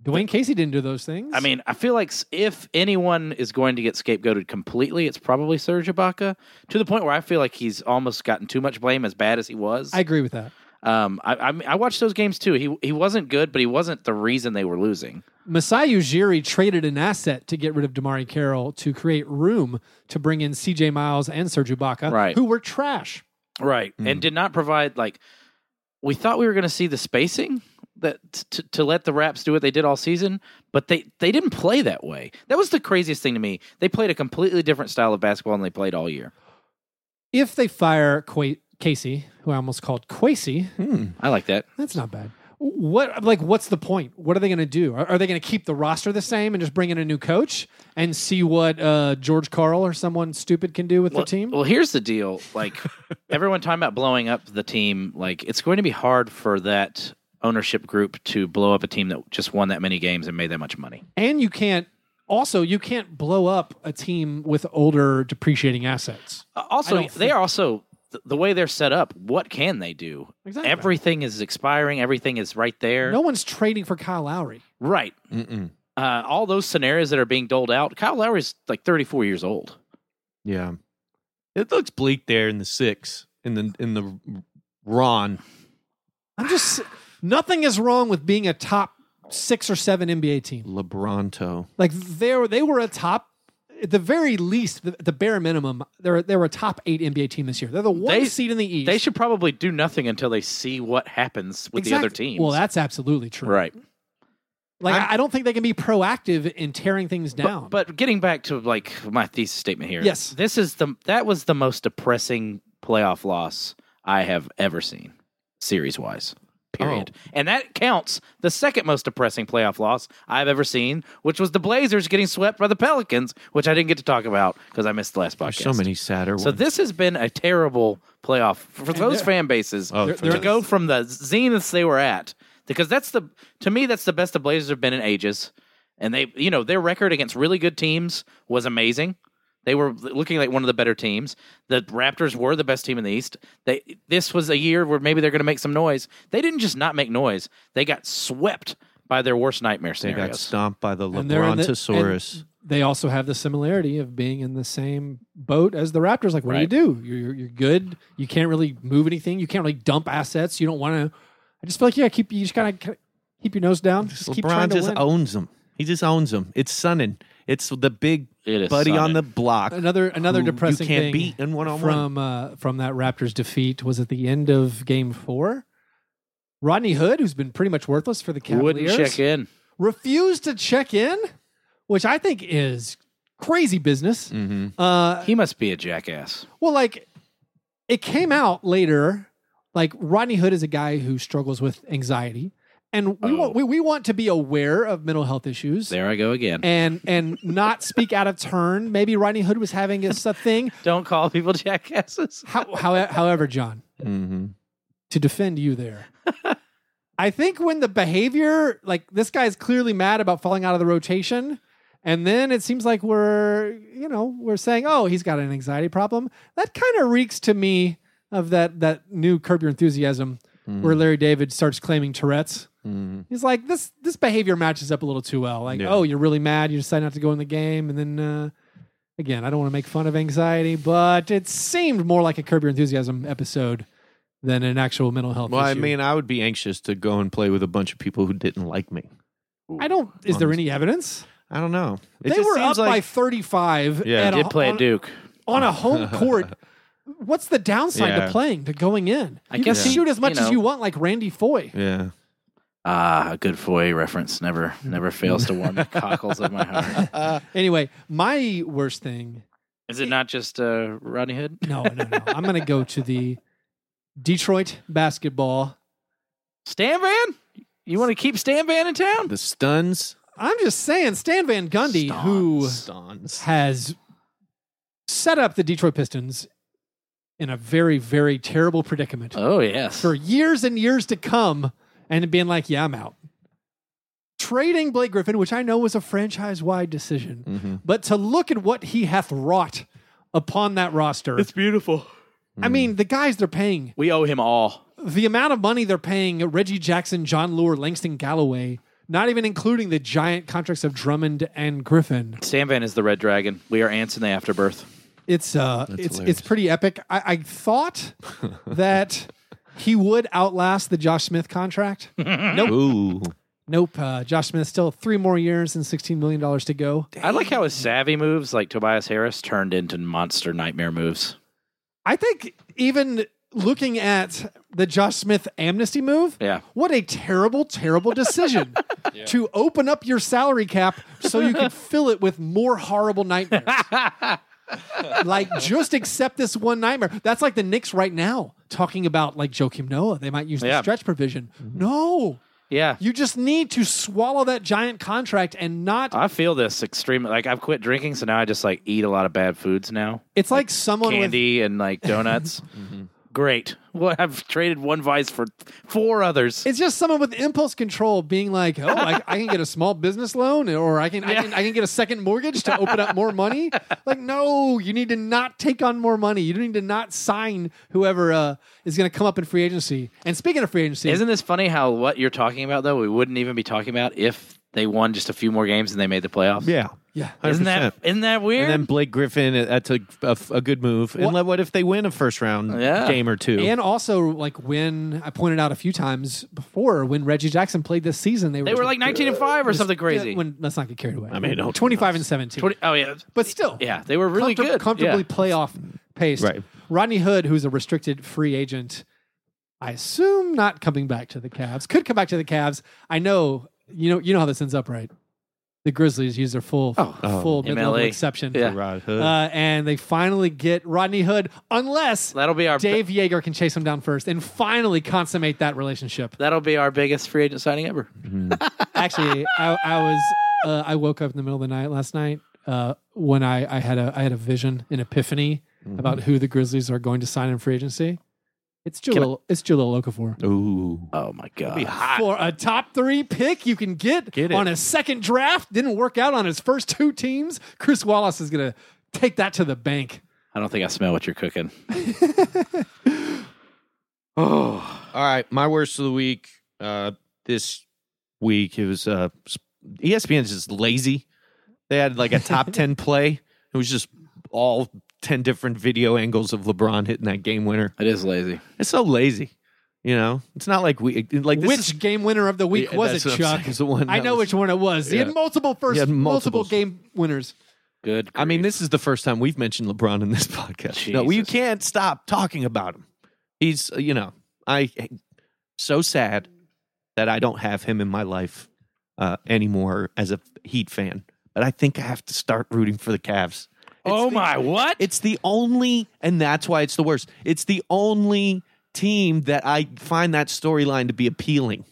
S1: Dwayne Casey didn't do those things.
S3: I mean, I feel like s- if anyone is going to get scapegoated completely, it's probably Serge Ibaka to the point where I feel like he's almost gotten too much blame as bad as he was.
S1: I agree with that.
S3: um, I, I, mean, I watched those games too. He he wasn't good, but he wasn't the reason they were losing.
S1: Masai Ujiri traded an asset to get rid of Damari Carroll to create room to bring in CJ Miles and Serge Ibaka,
S3: Right.
S1: who were trash.
S3: right and did not provide like we thought we were going to see the spacing that t- to let the raps do what they did all season but they they didn't play that way that was the craziest thing to me they played a completely different style of basketball than they played all year
S1: If they fire Qua- Casey, who I almost called Quasey,
S3: i like that
S1: that's not bad. What like what's the point? What are they going to do? Are, are they going to keep the roster the same and just bring in a new coach and see what uh, George Carl or someone stupid can do with
S3: well,
S1: the team?
S3: well here's the deal [LAUGHS] like everyone talking about blowing up the team like it's going to be hard for that ownership group to blow up a team that just won that many games and made that much money
S1: and you can't also you can't blow up a team with older depreciating assets.
S3: Uh,
S1: I
S3: Also,
S1: don't
S3: they are also th- the way they're set up. What can they do?
S1: Exactly.
S3: Everything is expiring. Everything is right there.
S1: No one's trading for Kyle Lowry.
S3: Right.
S2: Mm-mm.
S3: Uh, all those scenarios that are being doled out. Kyle Lowry's like 34 years old.
S2: Yeah, it looks bleak there in the six in the in the Ron.
S1: I'm just nothing is wrong with being a top six or seven NBA team.
S2: Lebronto.
S1: Like they were, they were a top at the very least, the, the bare minimum, they're they were a top eight NBA team this year. They're the one
S3: They-
S1: seed in the East.
S3: They should probably do nothing until they see what happens with the other
S1: Exactly.
S3: teams.
S1: Well, that's absolutely true.
S3: right.
S1: Like
S2: I'm-
S1: I don't think they can be proactive in tearing things down.
S3: But getting back to like my thesis statement here.
S1: Yes.
S3: This is the that was the most depressing playoff loss I have ever seen, series wise. period.
S2: Oh.
S3: And that counts the second most depressing playoff loss I've ever seen, which was the Blazers getting swept by the Pelicans, which I didn't get to talk about because I missed the last podcast.
S2: so many sadder
S3: So
S2: ones.
S3: this has been a terrible playoff for those fan bases
S2: Oh, for
S3: to go from the zeniths they were at because that's the to me that's the best the Blazers have been in ages, and they you know their record against really good teams was amazing. They were looking like one of the better teams. The Raptors were the best team in the East. They this was a year where maybe they're going to make some noise. They didn't just not make noise. They got swept by their worst nightmare
S2: They got
S3: scenarios.
S2: stomped by the
S1: And they're in the-
S2: Lebrontosaurus.
S1: and they also have the similarity of being in the same boat as the Raptors. Like, what
S3: Right.
S1: do you do? You're, you're, you're good. You can't really move anything. You can't really dump assets. You don't want to. I just feel like yeah, keep you just kind of keep your nose down. Just keep trying
S2: LeBron
S1: to
S2: just
S1: win.
S2: owns them. He just owns them. It's sunning. It's uh, the big
S3: It is
S2: buddy on
S3: Sonnen.
S2: the block.
S1: Another another
S2: who you
S1: depressing
S2: can't
S1: thing
S2: beat in one-on-one.
S1: from uh, from that Raptors defeat was at the end of Game Four. Rodney Hood, who's been pretty much worthless for the
S3: Wouldn't
S1: Cavaliers,
S3: check in.
S1: refused to check in, which I think is crazy business.
S2: Mm-hmm.
S1: Uh,
S3: He must be a jackass.
S1: Well, like it came out later. Like Rodney Hood is a guy who struggles with anxiety, and we
S3: Oh.
S1: want we, we want to be aware of mental health issues
S3: There I go again.
S1: and and not speak out of turn. Maybe Rodney Hood was having a, s- a thing.
S3: Don't call people [LAUGHS] jackasses.
S1: How, how, however, John,
S2: Mm-hmm.
S1: to defend you there. I think when the behavior, like this guy's clearly mad about falling out of the rotation, and then it seems like we're, you know, we're saying, oh, he's got an anxiety problem. That kind of reeks to me of that that new Curb Your Enthusiasm, where Larry David starts claiming Tourette's.
S2: Mm-hmm.
S1: He's like, this this behavior matches up a little too well. Like,
S2: Yeah.
S1: oh, you're really mad. You decide not to go in the game, and then. Uh, Again, I don't want to make fun of anxiety, but it seemed more like a Curb Your Enthusiasm episode than an actual mental health
S2: Well, I
S1: issue.
S2: mean, I would be anxious to go and play with a bunch of people who didn't like me.
S1: I don't. Is there any evidence?
S2: I don't know. It
S1: they
S2: just
S1: were
S2: seems
S1: up by
S2: like,
S1: thirty-five.
S2: Yeah.
S1: at a-
S2: Did
S3: Did play
S1: on,
S3: at Duke.
S1: on a
S2: [LAUGHS]
S1: home court. What's the downside to
S2: Yeah.
S1: playing to going in?
S3: I
S1: you
S3: guess
S1: can
S3: he-
S1: shoot as much
S3: you know.
S1: as you want, like Randy
S3: [LAUGHS]
S1: Foy. [LAUGHS]
S2: yeah.
S3: Ah, a good Foy reference never never fails to warm [LAUGHS] the cockles of my heart.
S1: Anyway, my worst thing.
S3: Is it not just uh, Rodney Hood?
S1: No, no, no. I'm going to go to the Detroit basketball.
S3: Stan Van? You want to keep Stan Van in town?
S2: The stuns.
S1: I'm just saying, Stan Van Gundy, who
S2: Stuns.
S1: has set up the Detroit Pistons in a very, very terrible predicament.
S3: Oh yes.
S1: for years and years to come and being like, yeah, I'm out. Trading Blake Griffin, which I know was a franchise wide decision, but to look at what he hath wrought upon that roster,
S3: beautiful.
S1: I mean, the guys they're paying,
S3: We owe him all.
S1: the amount of money they're paying Reggie Jackson, John Lure, Langston Galloway, not even including the giant contracts of Drummond and Griffin.
S3: Stan Van is the Red Dragon. We are ants in the afterbirth.
S1: It's uh, it's
S2: hilarious.
S1: it's pretty epic. I, I thought that he would outlast the Josh Smith contract.
S2: Ooh.
S1: Nope. Uh, Josh Smith still three more years and sixteen million dollars to go.
S3: I like how his savvy moves, like Tobias Harris, turned into monster nightmare moves.
S1: I think even looking at the Josh Smith amnesty move,
S3: Yeah.
S1: what a terrible, terrible
S3: [LAUGHS]
S1: decision to open up your salary cap so you can fill it with more horrible
S3: [LAUGHS]
S1: nightmares. like just accept this one nightmare. That's like the Knicks right now talking about like Joakim Noah. They might use the
S3: Yeah. Mm-hmm.
S1: stretch provision. No.
S3: Yeah.
S1: You just need to swallow that giant contract and not
S3: I feel this extremely like I've quit drinking, so now I just like eat a lot of bad foods now.
S1: it's like someone with
S3: candy and like [LAUGHS] donuts. Mm-hmm. Great. Well, I've traded one vice for four others.
S1: It's just someone with impulse control being like, "Oh, I, I can get a small business loan, or I can, I can I can get a second mortgage to open up more money." Like, no, you need to not take on more money. You need to not sign whoever uh, is going to come up in free agency. And speaking of free agency,
S3: Isn't this funny how what you're talking about though we wouldn't even be talking about if they won just a few more games and they made the playoffs.
S2: Yeah.
S1: yeah,
S3: Isn't that
S2: 100%.
S3: isn't that
S2: And
S3: weird?
S2: then Blake Griffin, uh, that's a, a, a good move. And
S1: What-
S2: le- what if they win a first round
S3: Yeah.
S2: game or two?
S1: and also like when I pointed out a few times before when Reggie Jackson played this season, they were,
S3: they were like 19 and 5 or something crazy.
S1: Yeah, when let's not get carried away. I
S2: mean, don't-
S1: twenty five and seventeen,
S3: 20 oh yeah.
S1: but still,
S3: yeah, they were really
S1: comfort-
S3: good.
S1: comfortably
S3: Yeah.
S1: playoff paced.
S2: Right.
S1: Rodney Hood, who's a restricted free agent, I assume not coming back to the Cavs. Could come back to the Cavs. I know you know you know how this ends up, right? the Grizzlies use their full full
S3: Oh.
S1: mid level
S3: MLE.
S1: exception.
S3: Yeah.
S2: Rod Hood.
S1: Uh, and they finally get Rodney Hood, unless
S3: That'll be our
S1: Dave Yeager can chase him down first and finally consummate that relationship.
S3: that'll be our biggest free agent signing ever.
S1: Actually, I, I was uh, I woke up in the middle of the night last night uh, when I, I had a I had a vision, an epiphany about who the Grizzlies are going to sign in free agency. It's Jalil, it's Jalil Okafor.
S2: Ooh.
S3: Oh my god.
S1: For a top three pick you can get,
S2: Get it.
S1: on a second draft, didn't work out on his first two teams. Chris Wallace is going to take that to the bank.
S3: I don't think I smell what you're cooking.
S2: All right, my worst of the week uh, this week it was uh, ESPN's just lazy. They had like a
S1: [LAUGHS]
S2: top ten play. It was just all ten different video angles of LeBron hitting that game winner.
S3: It is lazy.
S2: It's so lazy. You know, it's not like we like this
S1: which
S2: is-
S1: game winner of the week
S2: Yeah,
S1: was
S2: that's
S1: it,
S2: what I'm
S1: Chuck?
S2: saying, [LAUGHS] is the one
S1: I
S2: that
S1: know
S2: was-
S1: which one it was. He
S2: Yeah.
S1: had multiple first,
S2: He had
S1: multiple
S2: multiples.
S1: game winners.
S3: Good.
S2: I mean, this is the first time we've mentioned LeBron in this [LAUGHS] podcast. No, you
S3: Jesus.
S2: can't stop talking about him. He's, uh, you know, I so sad that I don't have him in my life uh, anymore as a Heat fan. But I think I have to start rooting for the Cavs.
S3: oh
S2: the-
S3: my what?
S2: It's the only, and that's why it's the worst. It's the only team that I find that storyline to
S1: [SIGHS]
S2: be appealing.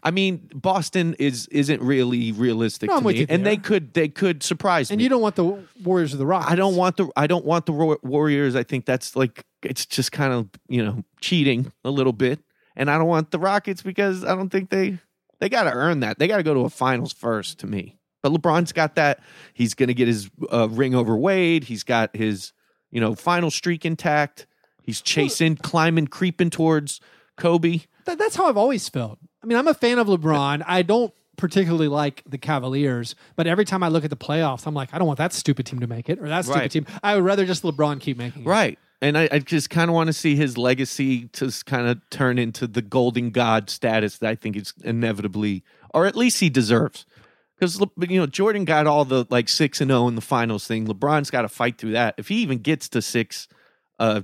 S2: I mean, Boston is isn't really realistic
S1: No,
S2: to
S1: I'm with
S2: me,
S1: you
S2: and they
S1: there.
S2: could they could surprise
S1: And
S2: me.
S1: you don't want the Warriors or the Rockets.
S2: I don't want the I don't want the Ro- Warriors. I think that's like it's just kind of you know cheating a little bit, and I don't want the Rockets because I don't think they they got to earn that. They got to go to a finals first to me. But LeBron's got that. He's going to get his uh, ring over Wade. He's got his you know final streak intact. He's chasing, climbing, creeping towards Kobe.
S1: Th- that's how I've always felt. I mean, I'm a fan of LeBron. I don't particularly like the Cavaliers, but every time I look at the playoffs, I'm like, I don't want that stupid team to make it or that stupid
S2: Right.
S1: team. I would rather just LeBron keep making it.
S2: Right. And I, I just kind of want to see his legacy to kind of turn into the golden god status that I think is inevitably, or at least he deserves. Because you know Jordan got all the like six and zero in the finals thing. LeBron's got to fight through that. If he even gets to six uh,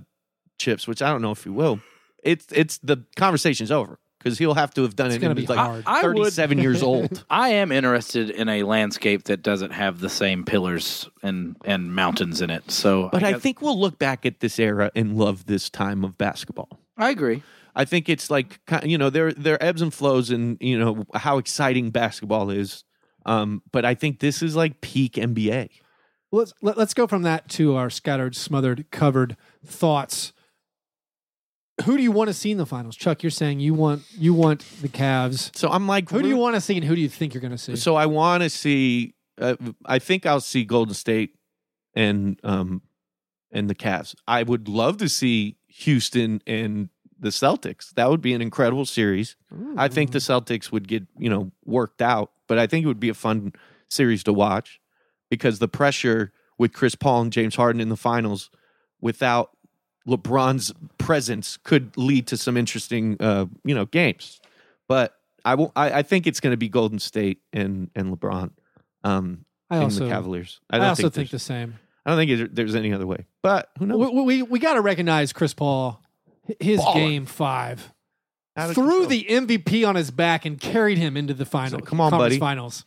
S2: chips, which I don't know if he will, it's it's the conversation's over because he'll have to have done
S1: It's
S2: it.
S1: gonna
S2: and he's
S1: be
S2: like
S1: hard.
S3: I- I would-
S2: thirty seven years
S3: [LAUGHS]
S2: old.
S3: I am interested in a landscape that doesn't have the same pillars and and mountains in it. So,
S2: But I
S3: guess-
S2: think we'll look back at this era and love this time of basketball.
S3: I agree.
S2: I think it's like ki- you know there there are ebbs and flows in you know how exciting basketball is, um, but I think this is like peak NBA.
S1: Let's let, let's go from that to our scattered, smothered, covered thoughts. Who do you want to see in the finals, Chuck? You're saying you want you want the Cavs.
S2: So I'm like,
S1: Who do you want to see, and who do you think you're going to see?
S2: So I want to see. Uh, I think I'll see Golden State and um and the Cavs. I would love to see Houston and the Celtics. That would be an incredible series. I think the Celtics would get you know worked out, but I think it would be a fun series to watch because the pressure with Chris Paul and James Harden in the finals without LeBron's presence could lead to some interesting uh, you know games. But I will. I, I think it's going to be Golden State and and LeBron. Um,
S1: I
S2: and
S1: also
S2: the Cavaliers.
S1: I,
S2: I don't
S1: also
S2: think,
S1: think,
S2: there's-
S1: the same.
S2: I don't think it- there's any other way. But who knows?
S1: We, we, we got to recognize Chris Paul, H- his
S2: Baller.
S1: game five,
S2: Out of
S1: threw
S2: control.
S1: the MVP on his back and carried him into the final.
S2: Come on,
S1: conference
S2: buddy.
S1: Finals.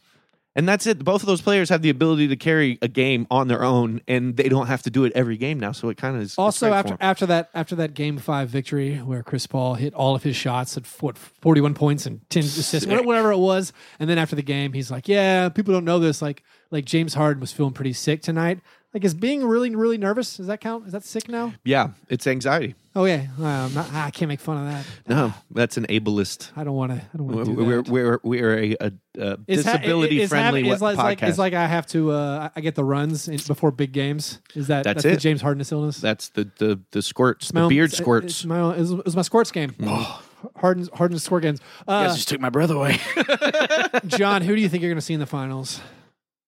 S2: And that's it. Both of those players have the ability to carry a game on their own, and they don't have to do it every game now. So it kind of is. it's
S1: Also,
S2: great for
S1: after
S2: 'em.
S1: after that after that game five victory where Chris Paul hit all of his shots at what forty one points and ten assists, wha- whatever it was, and then after the game, he's like, "Yeah, people don't know this. Like, like James Harden was feeling pretty sick tonight. Like, is being really really nervous? Does that count? Is that sick now?
S2: yeah, it's anxiety.
S1: Oh yeah, Uh, I'm not, I can't make fun of that.
S2: No, that's an ableist.
S1: I don't want to. I don't want to do
S2: We're
S1: that.
S2: we're we're a, a, a
S1: It's ha-
S2: disability
S1: it's
S2: friendly
S1: hap- it's like,
S2: podcast.
S1: it's like- It's like I have to. Uh, I get the runs in, before big games. Is that
S2: That's
S1: the
S2: it.
S1: James Harden illness?
S2: that's the the the squirts,
S1: My
S2: the
S1: own-
S2: beard
S1: it's- It's
S2: squirts. Mm.
S1: my own, it, was, it was my squirts game. Harden's Harden's squirt games.
S3: You
S1: Uh,
S3: guys just took my breath away.
S1: [LAUGHS]
S3: [LAUGHS]
S1: John, who do you think you're going to see in the finals?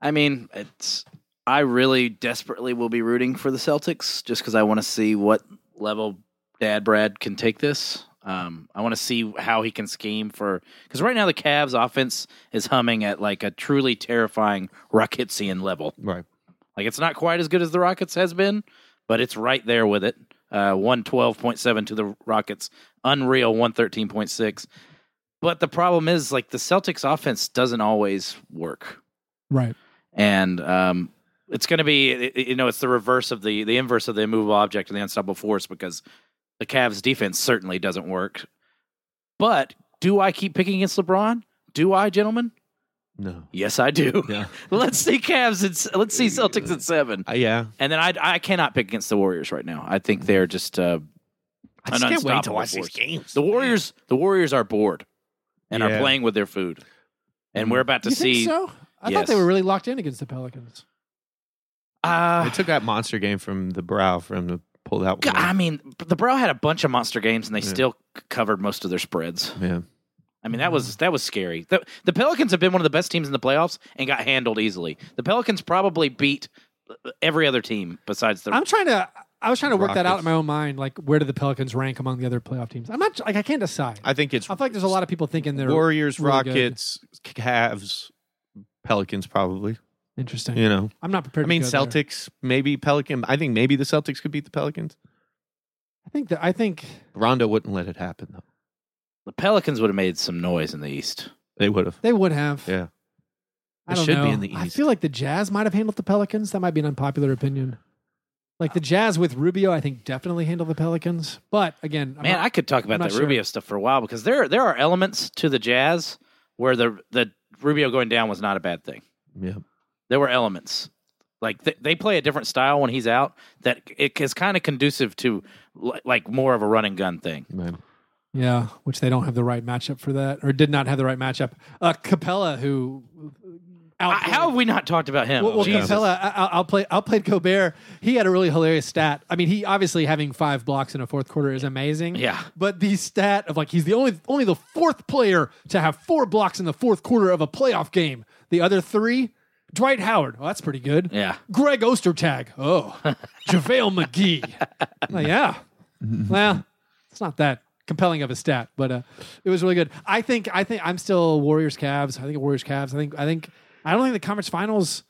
S3: I mean, it's I really desperately will be rooting for the Celtics just because I want to see what level Dad Brad can take this. Um, I want to see how he can scheme for because right now the Cavs offense is humming at like a truly terrifying Rocketsian level.
S2: Right.
S3: Like it's not quite as good as the Rockets has been, but it's right there with it. Uh, one twelve point seven to the Rockets, unreal one thirteen point six. But the problem is, like the Celtics' offense doesn't always work.
S1: Right.
S3: and um, it's going to be i- i- you know it's the reverse of the the inverse of the immovable object and the unstoppable force because the Cavs defense certainly doesn't work. But do I keep picking against LeBron? Do I, gentlemen?
S2: No.
S3: Yes, I do.
S2: Yeah.
S3: [LAUGHS] let's see Cavs. And, s- let's see Celtics at seven.
S1: [SIGHS]
S2: Uh, yeah.
S3: And then I I cannot pick against the Warriors right now. I think they're just uh,
S2: I
S3: an
S2: just can't wait to
S3: unstoppable
S2: watch these
S3: force.
S2: games.
S3: the Warriors. The Warriors are bored and
S2: Yeah.
S3: are playing with their food, and we're about to
S1: you
S3: see.
S1: think so? I thought they
S3: Yes.
S1: were really locked in against the Pelicans.
S3: Uh,
S2: They took that monster game from the brow for him to pull that
S3: God,
S2: one.
S3: I mean, the Bro had a bunch of monster games, and they
S2: Yeah. Mm-hmm.
S3: still c- covered most of their spreads.
S2: Yeah.
S3: I mean, that was that was scary. The, the Pelicans have been one of the best teams in the playoffs and got handled easily. The Pelicans probably beat uh, every other team besides the.
S1: I'm trying to. I was trying to work that out
S2: Rockets.
S1: in my own mind. Like, where do the Pelicans rank among the other playoff teams? I'm not like I can't decide. I,
S2: I think it's
S1: feel like there's a lot of people thinking they're
S2: Warriors,
S1: really good.
S2: Rockets, Cavs, Pelicans, probably.
S1: Interesting.
S2: You know,
S1: I'm not
S2: I
S1: prepared. to
S2: mean,
S1: go there.
S2: Celtics, maybe Pelican. I think maybe the Celtics could beat the Pelicans.
S1: I think that I think
S2: Rondo wouldn't let it happen though.
S3: the Pelicans would have made some noise in the East.
S2: They would have.
S1: they would have.
S2: Yeah.
S1: I
S2: They
S1: don't
S2: should
S1: know.
S2: be in the
S1: I
S2: East.
S1: feel like the Jazz might have handled the Pelicans. That might be an unpopular opinion. Like the Jazz with Rubio, I think definitely handled the Pelicans. But again, I'm
S3: Man,
S1: not-
S3: I could talk about
S1: not
S3: that
S1: sure.
S3: Rubio stuff for a while because there there are elements to the Jazz where the the Rubio going down was not a bad thing.
S2: Yeah.
S3: there were elements like th- they play a different style when he's out that it is kind of conducive to li- like more of a run and gun thing.
S2: Man.
S1: yeah, which they don't have the right matchup for that, or did not have the right matchup. Uh, Capella, who
S3: I-
S1: outplayed-
S3: how have we not talked about him?
S1: Well, well
S3: Jesus.
S1: Capella, I- I'll, I'll play. I'll play Gobert. He had a really hilarious stat. I mean, he obviously having five blocks in a fourth quarter is amazing.
S3: Yeah.
S1: But the stat of like he's the only only the fourth player to have four blocks in the fourth quarter of a playoff game. The other three, Dwight Howard. Oh, that's pretty good.
S3: Yeah.
S1: Greg Ostertag. Oh, [LAUGHS] JaVale McGee. Like, [LAUGHS] yeah. Well, it's not that compelling of a stat, but uh, it was really good. I think I think I'm still Warriors Cavs. I think Warriors Cavs. I think I think I don't think the conference finals.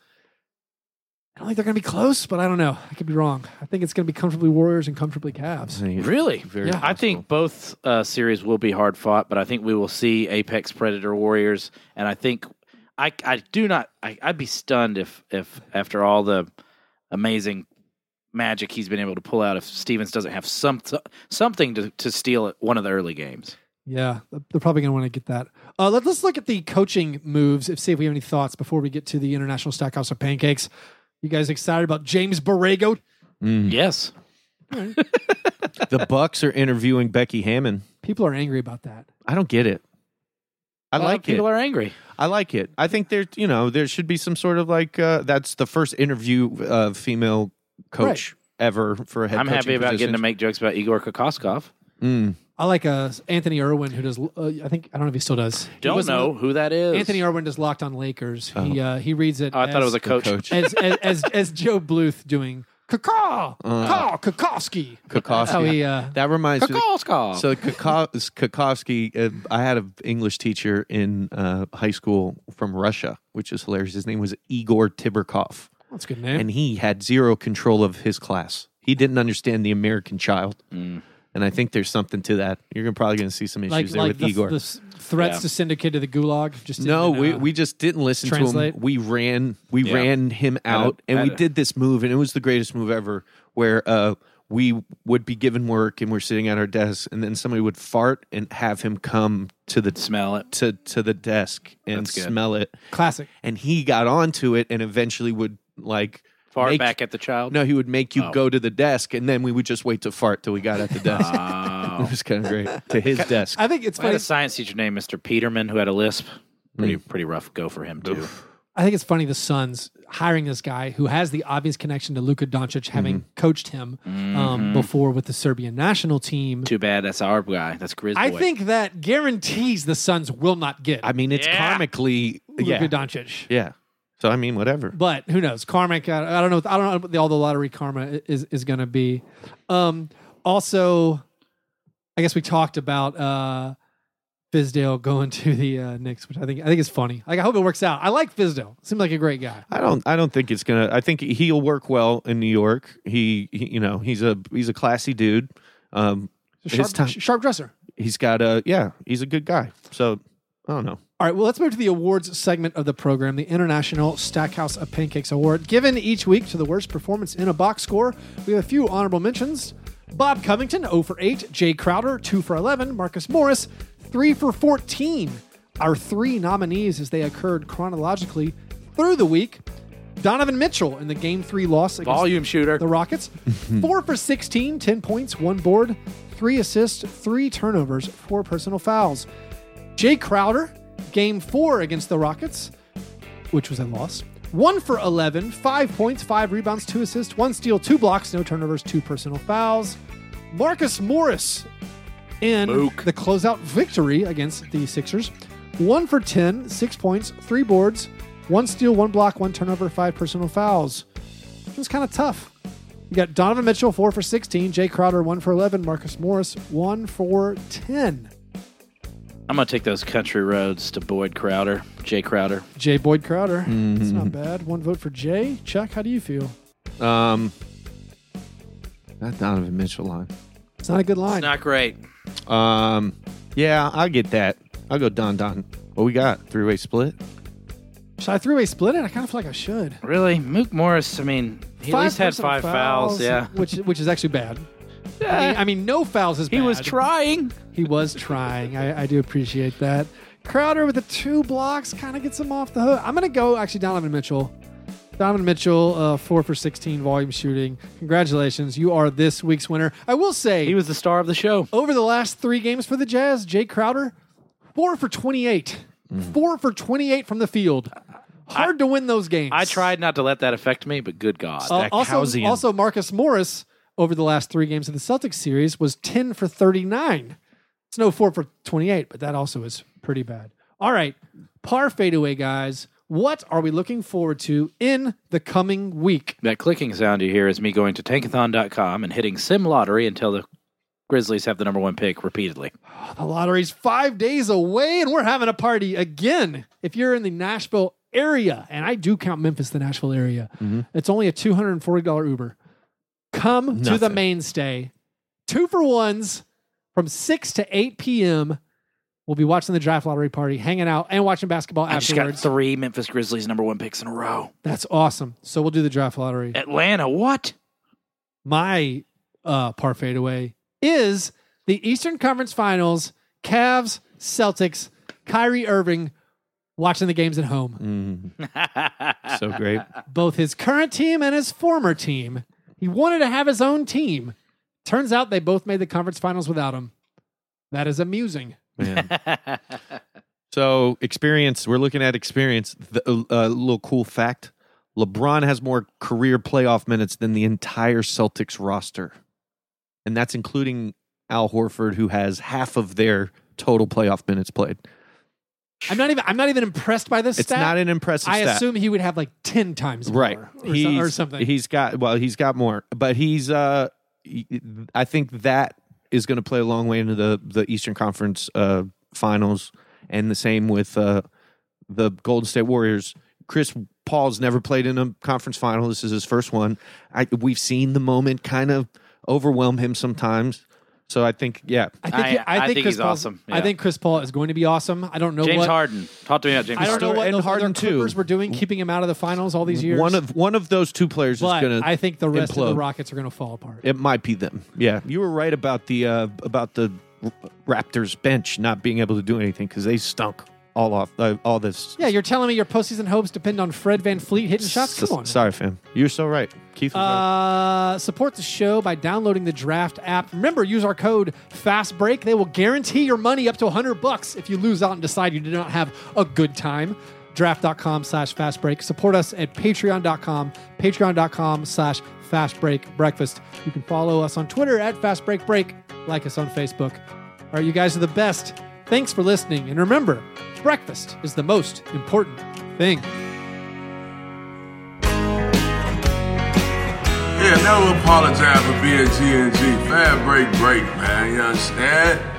S1: I don't think they're going to be close, but I don't know. I could be wrong. I think it's going to be comfortably Warriors and comfortably Cavs.
S3: Really?
S2: Very
S3: I think both uh, series will be hard fought, but I think we will see Apex Predator Warriors, and I think I I do not I, I'd be stunned if if after all the amazing magic he's been able to pull out, if Stevens doesn't have some something to to steal at one of the early games.
S1: Yeah, they're probably going to want to get that. Uh, let, us look at the coaching moves and see if we have any thoughts before we get to the International Stackhouse of Pancakes. You guys excited about James Borrego
S2: Mm-hmm.
S3: Yes.
S2: the Bucks are interviewing Becky Hammond.
S1: People are angry about that.
S2: I don't get it. I
S3: A lot of
S2: like it.
S3: People are angry.
S2: I like it. I think there, you know, there should be some sort of like uh, that's the first interview of female coach ever for a head. Mm,
S3: I'm happy about getting to make jokes about Igor Kokoskov.
S2: getting to make.
S1: I like uh, Anthony Irwin, who does. Uh, I think I don't know if he still does. He
S3: Don't
S1: was in
S3: know who that is.
S1: the- Anthony Irwin does Locked on Lakers. He uh, he reads it.
S3: Oh, I thought it was a coach.
S2: coach.
S1: as, as, as as Joe Bluth doing caw
S2: Uh.
S1: caw Kokoski. That's how
S2: Kokoski.
S1: he. Uh,
S2: That reminds me.
S3: Kokoskov.
S2: So Kako- Kokovsky, uh, I had an English teacher in uh, high school from Russia, which is hilarious. His name was Igor Tiberkov,
S1: that's a good name.
S2: and he had zero control of his class. He didn't understand the American child, and I think there's something to that. You're gonna- probably going to see some issues
S1: like
S2: there
S1: like
S2: with
S1: the,
S2: Igor.
S1: the s- threats
S3: Yeah.
S1: to syndicate to the gulag. Just didn't,
S2: No, we,
S1: uh,
S2: we just didn't listen
S1: translate?
S2: to him. We ran we
S3: Yeah.
S2: ran him out, and
S3: at
S2: we
S3: a-
S2: did this move, and it was the greatest move ever. Where uh, we would be given work, and we're sitting at our desk, and then somebody would fart and have him come to the
S3: Smell it.
S2: to to the desk and
S3: That's good.
S2: smell it,
S1: classic.
S2: and he got onto it, and eventually would like
S3: Far
S2: make-
S3: back at the child.
S2: No, he would make you
S3: Oh.
S2: go to the desk, and then we would just wait to fart till we got at the desk. [LAUGHS]
S3: Uh,
S2: it was kind of great to his desk.
S1: I think it's
S3: I had
S1: funny.
S3: a science teacher named Mr. Peterman who had a lisp. Pretty pretty rough go for him too.
S1: I think it's funny the Suns hiring this guy who has the obvious connection to Luka Doncic,
S2: Mm-hmm.
S1: having coached him
S3: Mm-hmm.
S1: um, before with the Serbian national team.
S3: Too bad that's our guy. That's Grizz
S1: I
S3: boy.
S1: think that guarantees the Suns will not get
S2: I mean, it's
S3: Yeah.
S2: karmically,
S1: Luka
S2: yeah,
S1: Doncic.
S2: yeah. So I mean, whatever.
S1: But who knows? Karmic. I, I don't know. I don't know what the, all the lottery karma i- is is going to be. Um, also, I guess we talked about uh, Fizdale going to the uh, Knicks, which I think I think is funny. Like I hope it works out. I like Fizdale. Seems like a great guy.
S2: I don't. I don't think it's gonna. I think he'll work well in New York. He, he you know, he's a he's a classy dude. Um,
S1: Sharp,
S2: time-
S1: sharp dresser.
S2: he's got a yeah. He's a good guy. So I don't know.
S1: All right, well, let's move to the awards segment of the program, the International Stackhouse of Pancakes Award, given each week to the worst performance in a box score. We have a few honorable mentions Bob Covington, 0 for 8, Jay Crowder, 2 for 11, Marcus Morris, 3 for 14. Our three nominees as they occurred chronologically through the week Donovan Mitchell in the Game 3 loss against
S3: Volume shooter.
S1: the Rockets. four for 16, 10 points, one board, three assists, three turnovers, four personal fouls. Jay Crowder, game four against the Rockets, which was a loss. One for 11, five points, five rebounds, two assists, one steal, two blocks, no turnovers, two personal fouls. Marcus Morris in
S3: Mook.
S1: the closeout victory against the Sixers. One for 10, six points, three boards, one steal, one block, one turnover, five personal fouls. It was kind of tough. You got Donovan Mitchell, four for 16, Jay Crowder, one for 11, Marcus Morris, one for 10.
S3: I'm gonna take those country roads to Boyd Crowder, Jay Crowder.
S1: Jay Boyd Crowder. It's
S3: Mm-hmm.
S1: not bad. One vote for Jay. Chuck, how do you feel?
S2: Um, that Donovan Mitchell line.
S1: It's not a good line.
S3: It's not great.
S2: Um, yeah, I'll get that. I'll go Don Don. What we got? Three way split.
S1: Should I throw a split it? I kind of feel like I should.
S3: Really, Mook Morris. I mean, he at least had
S1: personal
S3: five fouls. Yeah,
S1: which which is actually bad. I, mean, I mean, no fouls is
S3: he was
S1: bad.
S3: trying.
S1: He was trying. I, I do appreciate that. Crowder with the two blocks kind of gets him off the hook. I'm going to go actually Donovan Mitchell. Donovan Mitchell, uh, four for 16 volume shooting. Congratulations. You are this week's winner. I will say,
S3: He was the star of the show.
S1: over the last three games for the Jazz, Jay Crowder, four for 28.
S3: Mm.
S1: Four for 28 from the field. Hard to win those games.
S3: I tried not to let that affect me, but good God.
S1: Uh, also,
S2: Stackhausian.
S1: also, Marcus Morris, over the last three games of the Celtics series, was 10 for 39. It's no four for 28, but that also is pretty bad. All right, par fadeaway, guys. What are we looking forward to in the coming week?
S3: that clicking sound you hear is me going to tankathon.com and hitting sim lottery until the Grizzlies have the number one pick repeatedly.
S1: The lottery's five days away, and we're having a party again. If you're in the Nashville area, and I do count Memphis the Nashville area,
S3: Mm-hmm.
S1: it's only a two hundred and forty dollar Uber. Come to the
S2: Nothing.
S1: mainstay. Two for ones from six to eight p.m. We'll be watching the draft lottery party, hanging out, and watching basketball
S3: I just got
S1: afterwards.
S3: three Memphis Grizzlies number one picks in a row.
S1: That's awesome. So we'll do the draft lottery.
S3: Atlanta, what?
S1: my uh, par fadeaway is the Eastern Conference Finals, Cavs, Celtics, Kyrie Irving watching the games at home.
S3: Mm.
S2: Mm-hmm. So great.
S1: Both his current team and his former team. He wanted to have his own team. Turns out they both made the conference finals without him. That is amusing. [LAUGHS]
S2: Man. so experience. We're looking at experience. The, uh, uh, little cool fact: LeBron has more career playoff minutes than the entire Celtics roster, and that's including Al Horford, who has half of their total playoff minutes played.
S1: I'm not even. I'm not even impressed by this
S2: It's
S1: stat.
S2: not an impressive.
S1: I
S2: stat.
S1: assume he would have like ten times more,
S2: right
S1: or, so-
S2: He's-
S1: or something.
S2: he's got well he's got more but he's uh he- i think that is going to play a long way into the the eastern conference uh finals and the same with uh the golden state warriors chris paul's never played in a conference final this is his first one I, we've seen the moment kind of overwhelm him sometimes so i think yeah
S1: I think.
S3: I-
S1: he-
S3: I think
S1: Chris
S3: he's
S1: Paul's-
S3: awesome.
S1: I
S3: Yeah.
S1: think Chris Paul is going to be awesome. I don't know
S3: James
S1: what
S3: Harden. Talk to me about James
S1: I don't
S3: Harden.
S1: know
S2: Stewart
S1: what
S2: and
S1: those
S2: Harden,
S1: other
S2: too.
S1: Clippers were doing, keeping him out of the finals all these years.
S2: one of one of those two players
S1: but
S2: is going
S1: I think the rest
S2: implode.
S1: of the Rockets are going to fall apart.
S2: It might be them. Yeah, you were right about the uh, about the Raptors bench not being able to do anything because they stunk all off uh, all this.
S1: Yeah, you're telling me your postseason hopes depend on Fred Van Fleet hitting shots? Come on.
S2: Sorry, fam. You're so right, Keith. was right.
S1: Uh, support the show by downloading the draft app. Remember, use our code FASTBREAK. They will guarantee your money up to 100 bucks if you lose out and decide you did not have a good time. Draft.com slash FASTBREAK. Support us at Patreon.com, Patreon.com slash FASTBREAK Breakfast. You can follow us on Twitter at FASTBREAKBreak. Like us on Facebook. All right, you guys are the best. Thanks for listening. And remember, breakfast is the most important thing.
S7: Yeah, never apologize for being G and G. Fab break, break, man. You understand?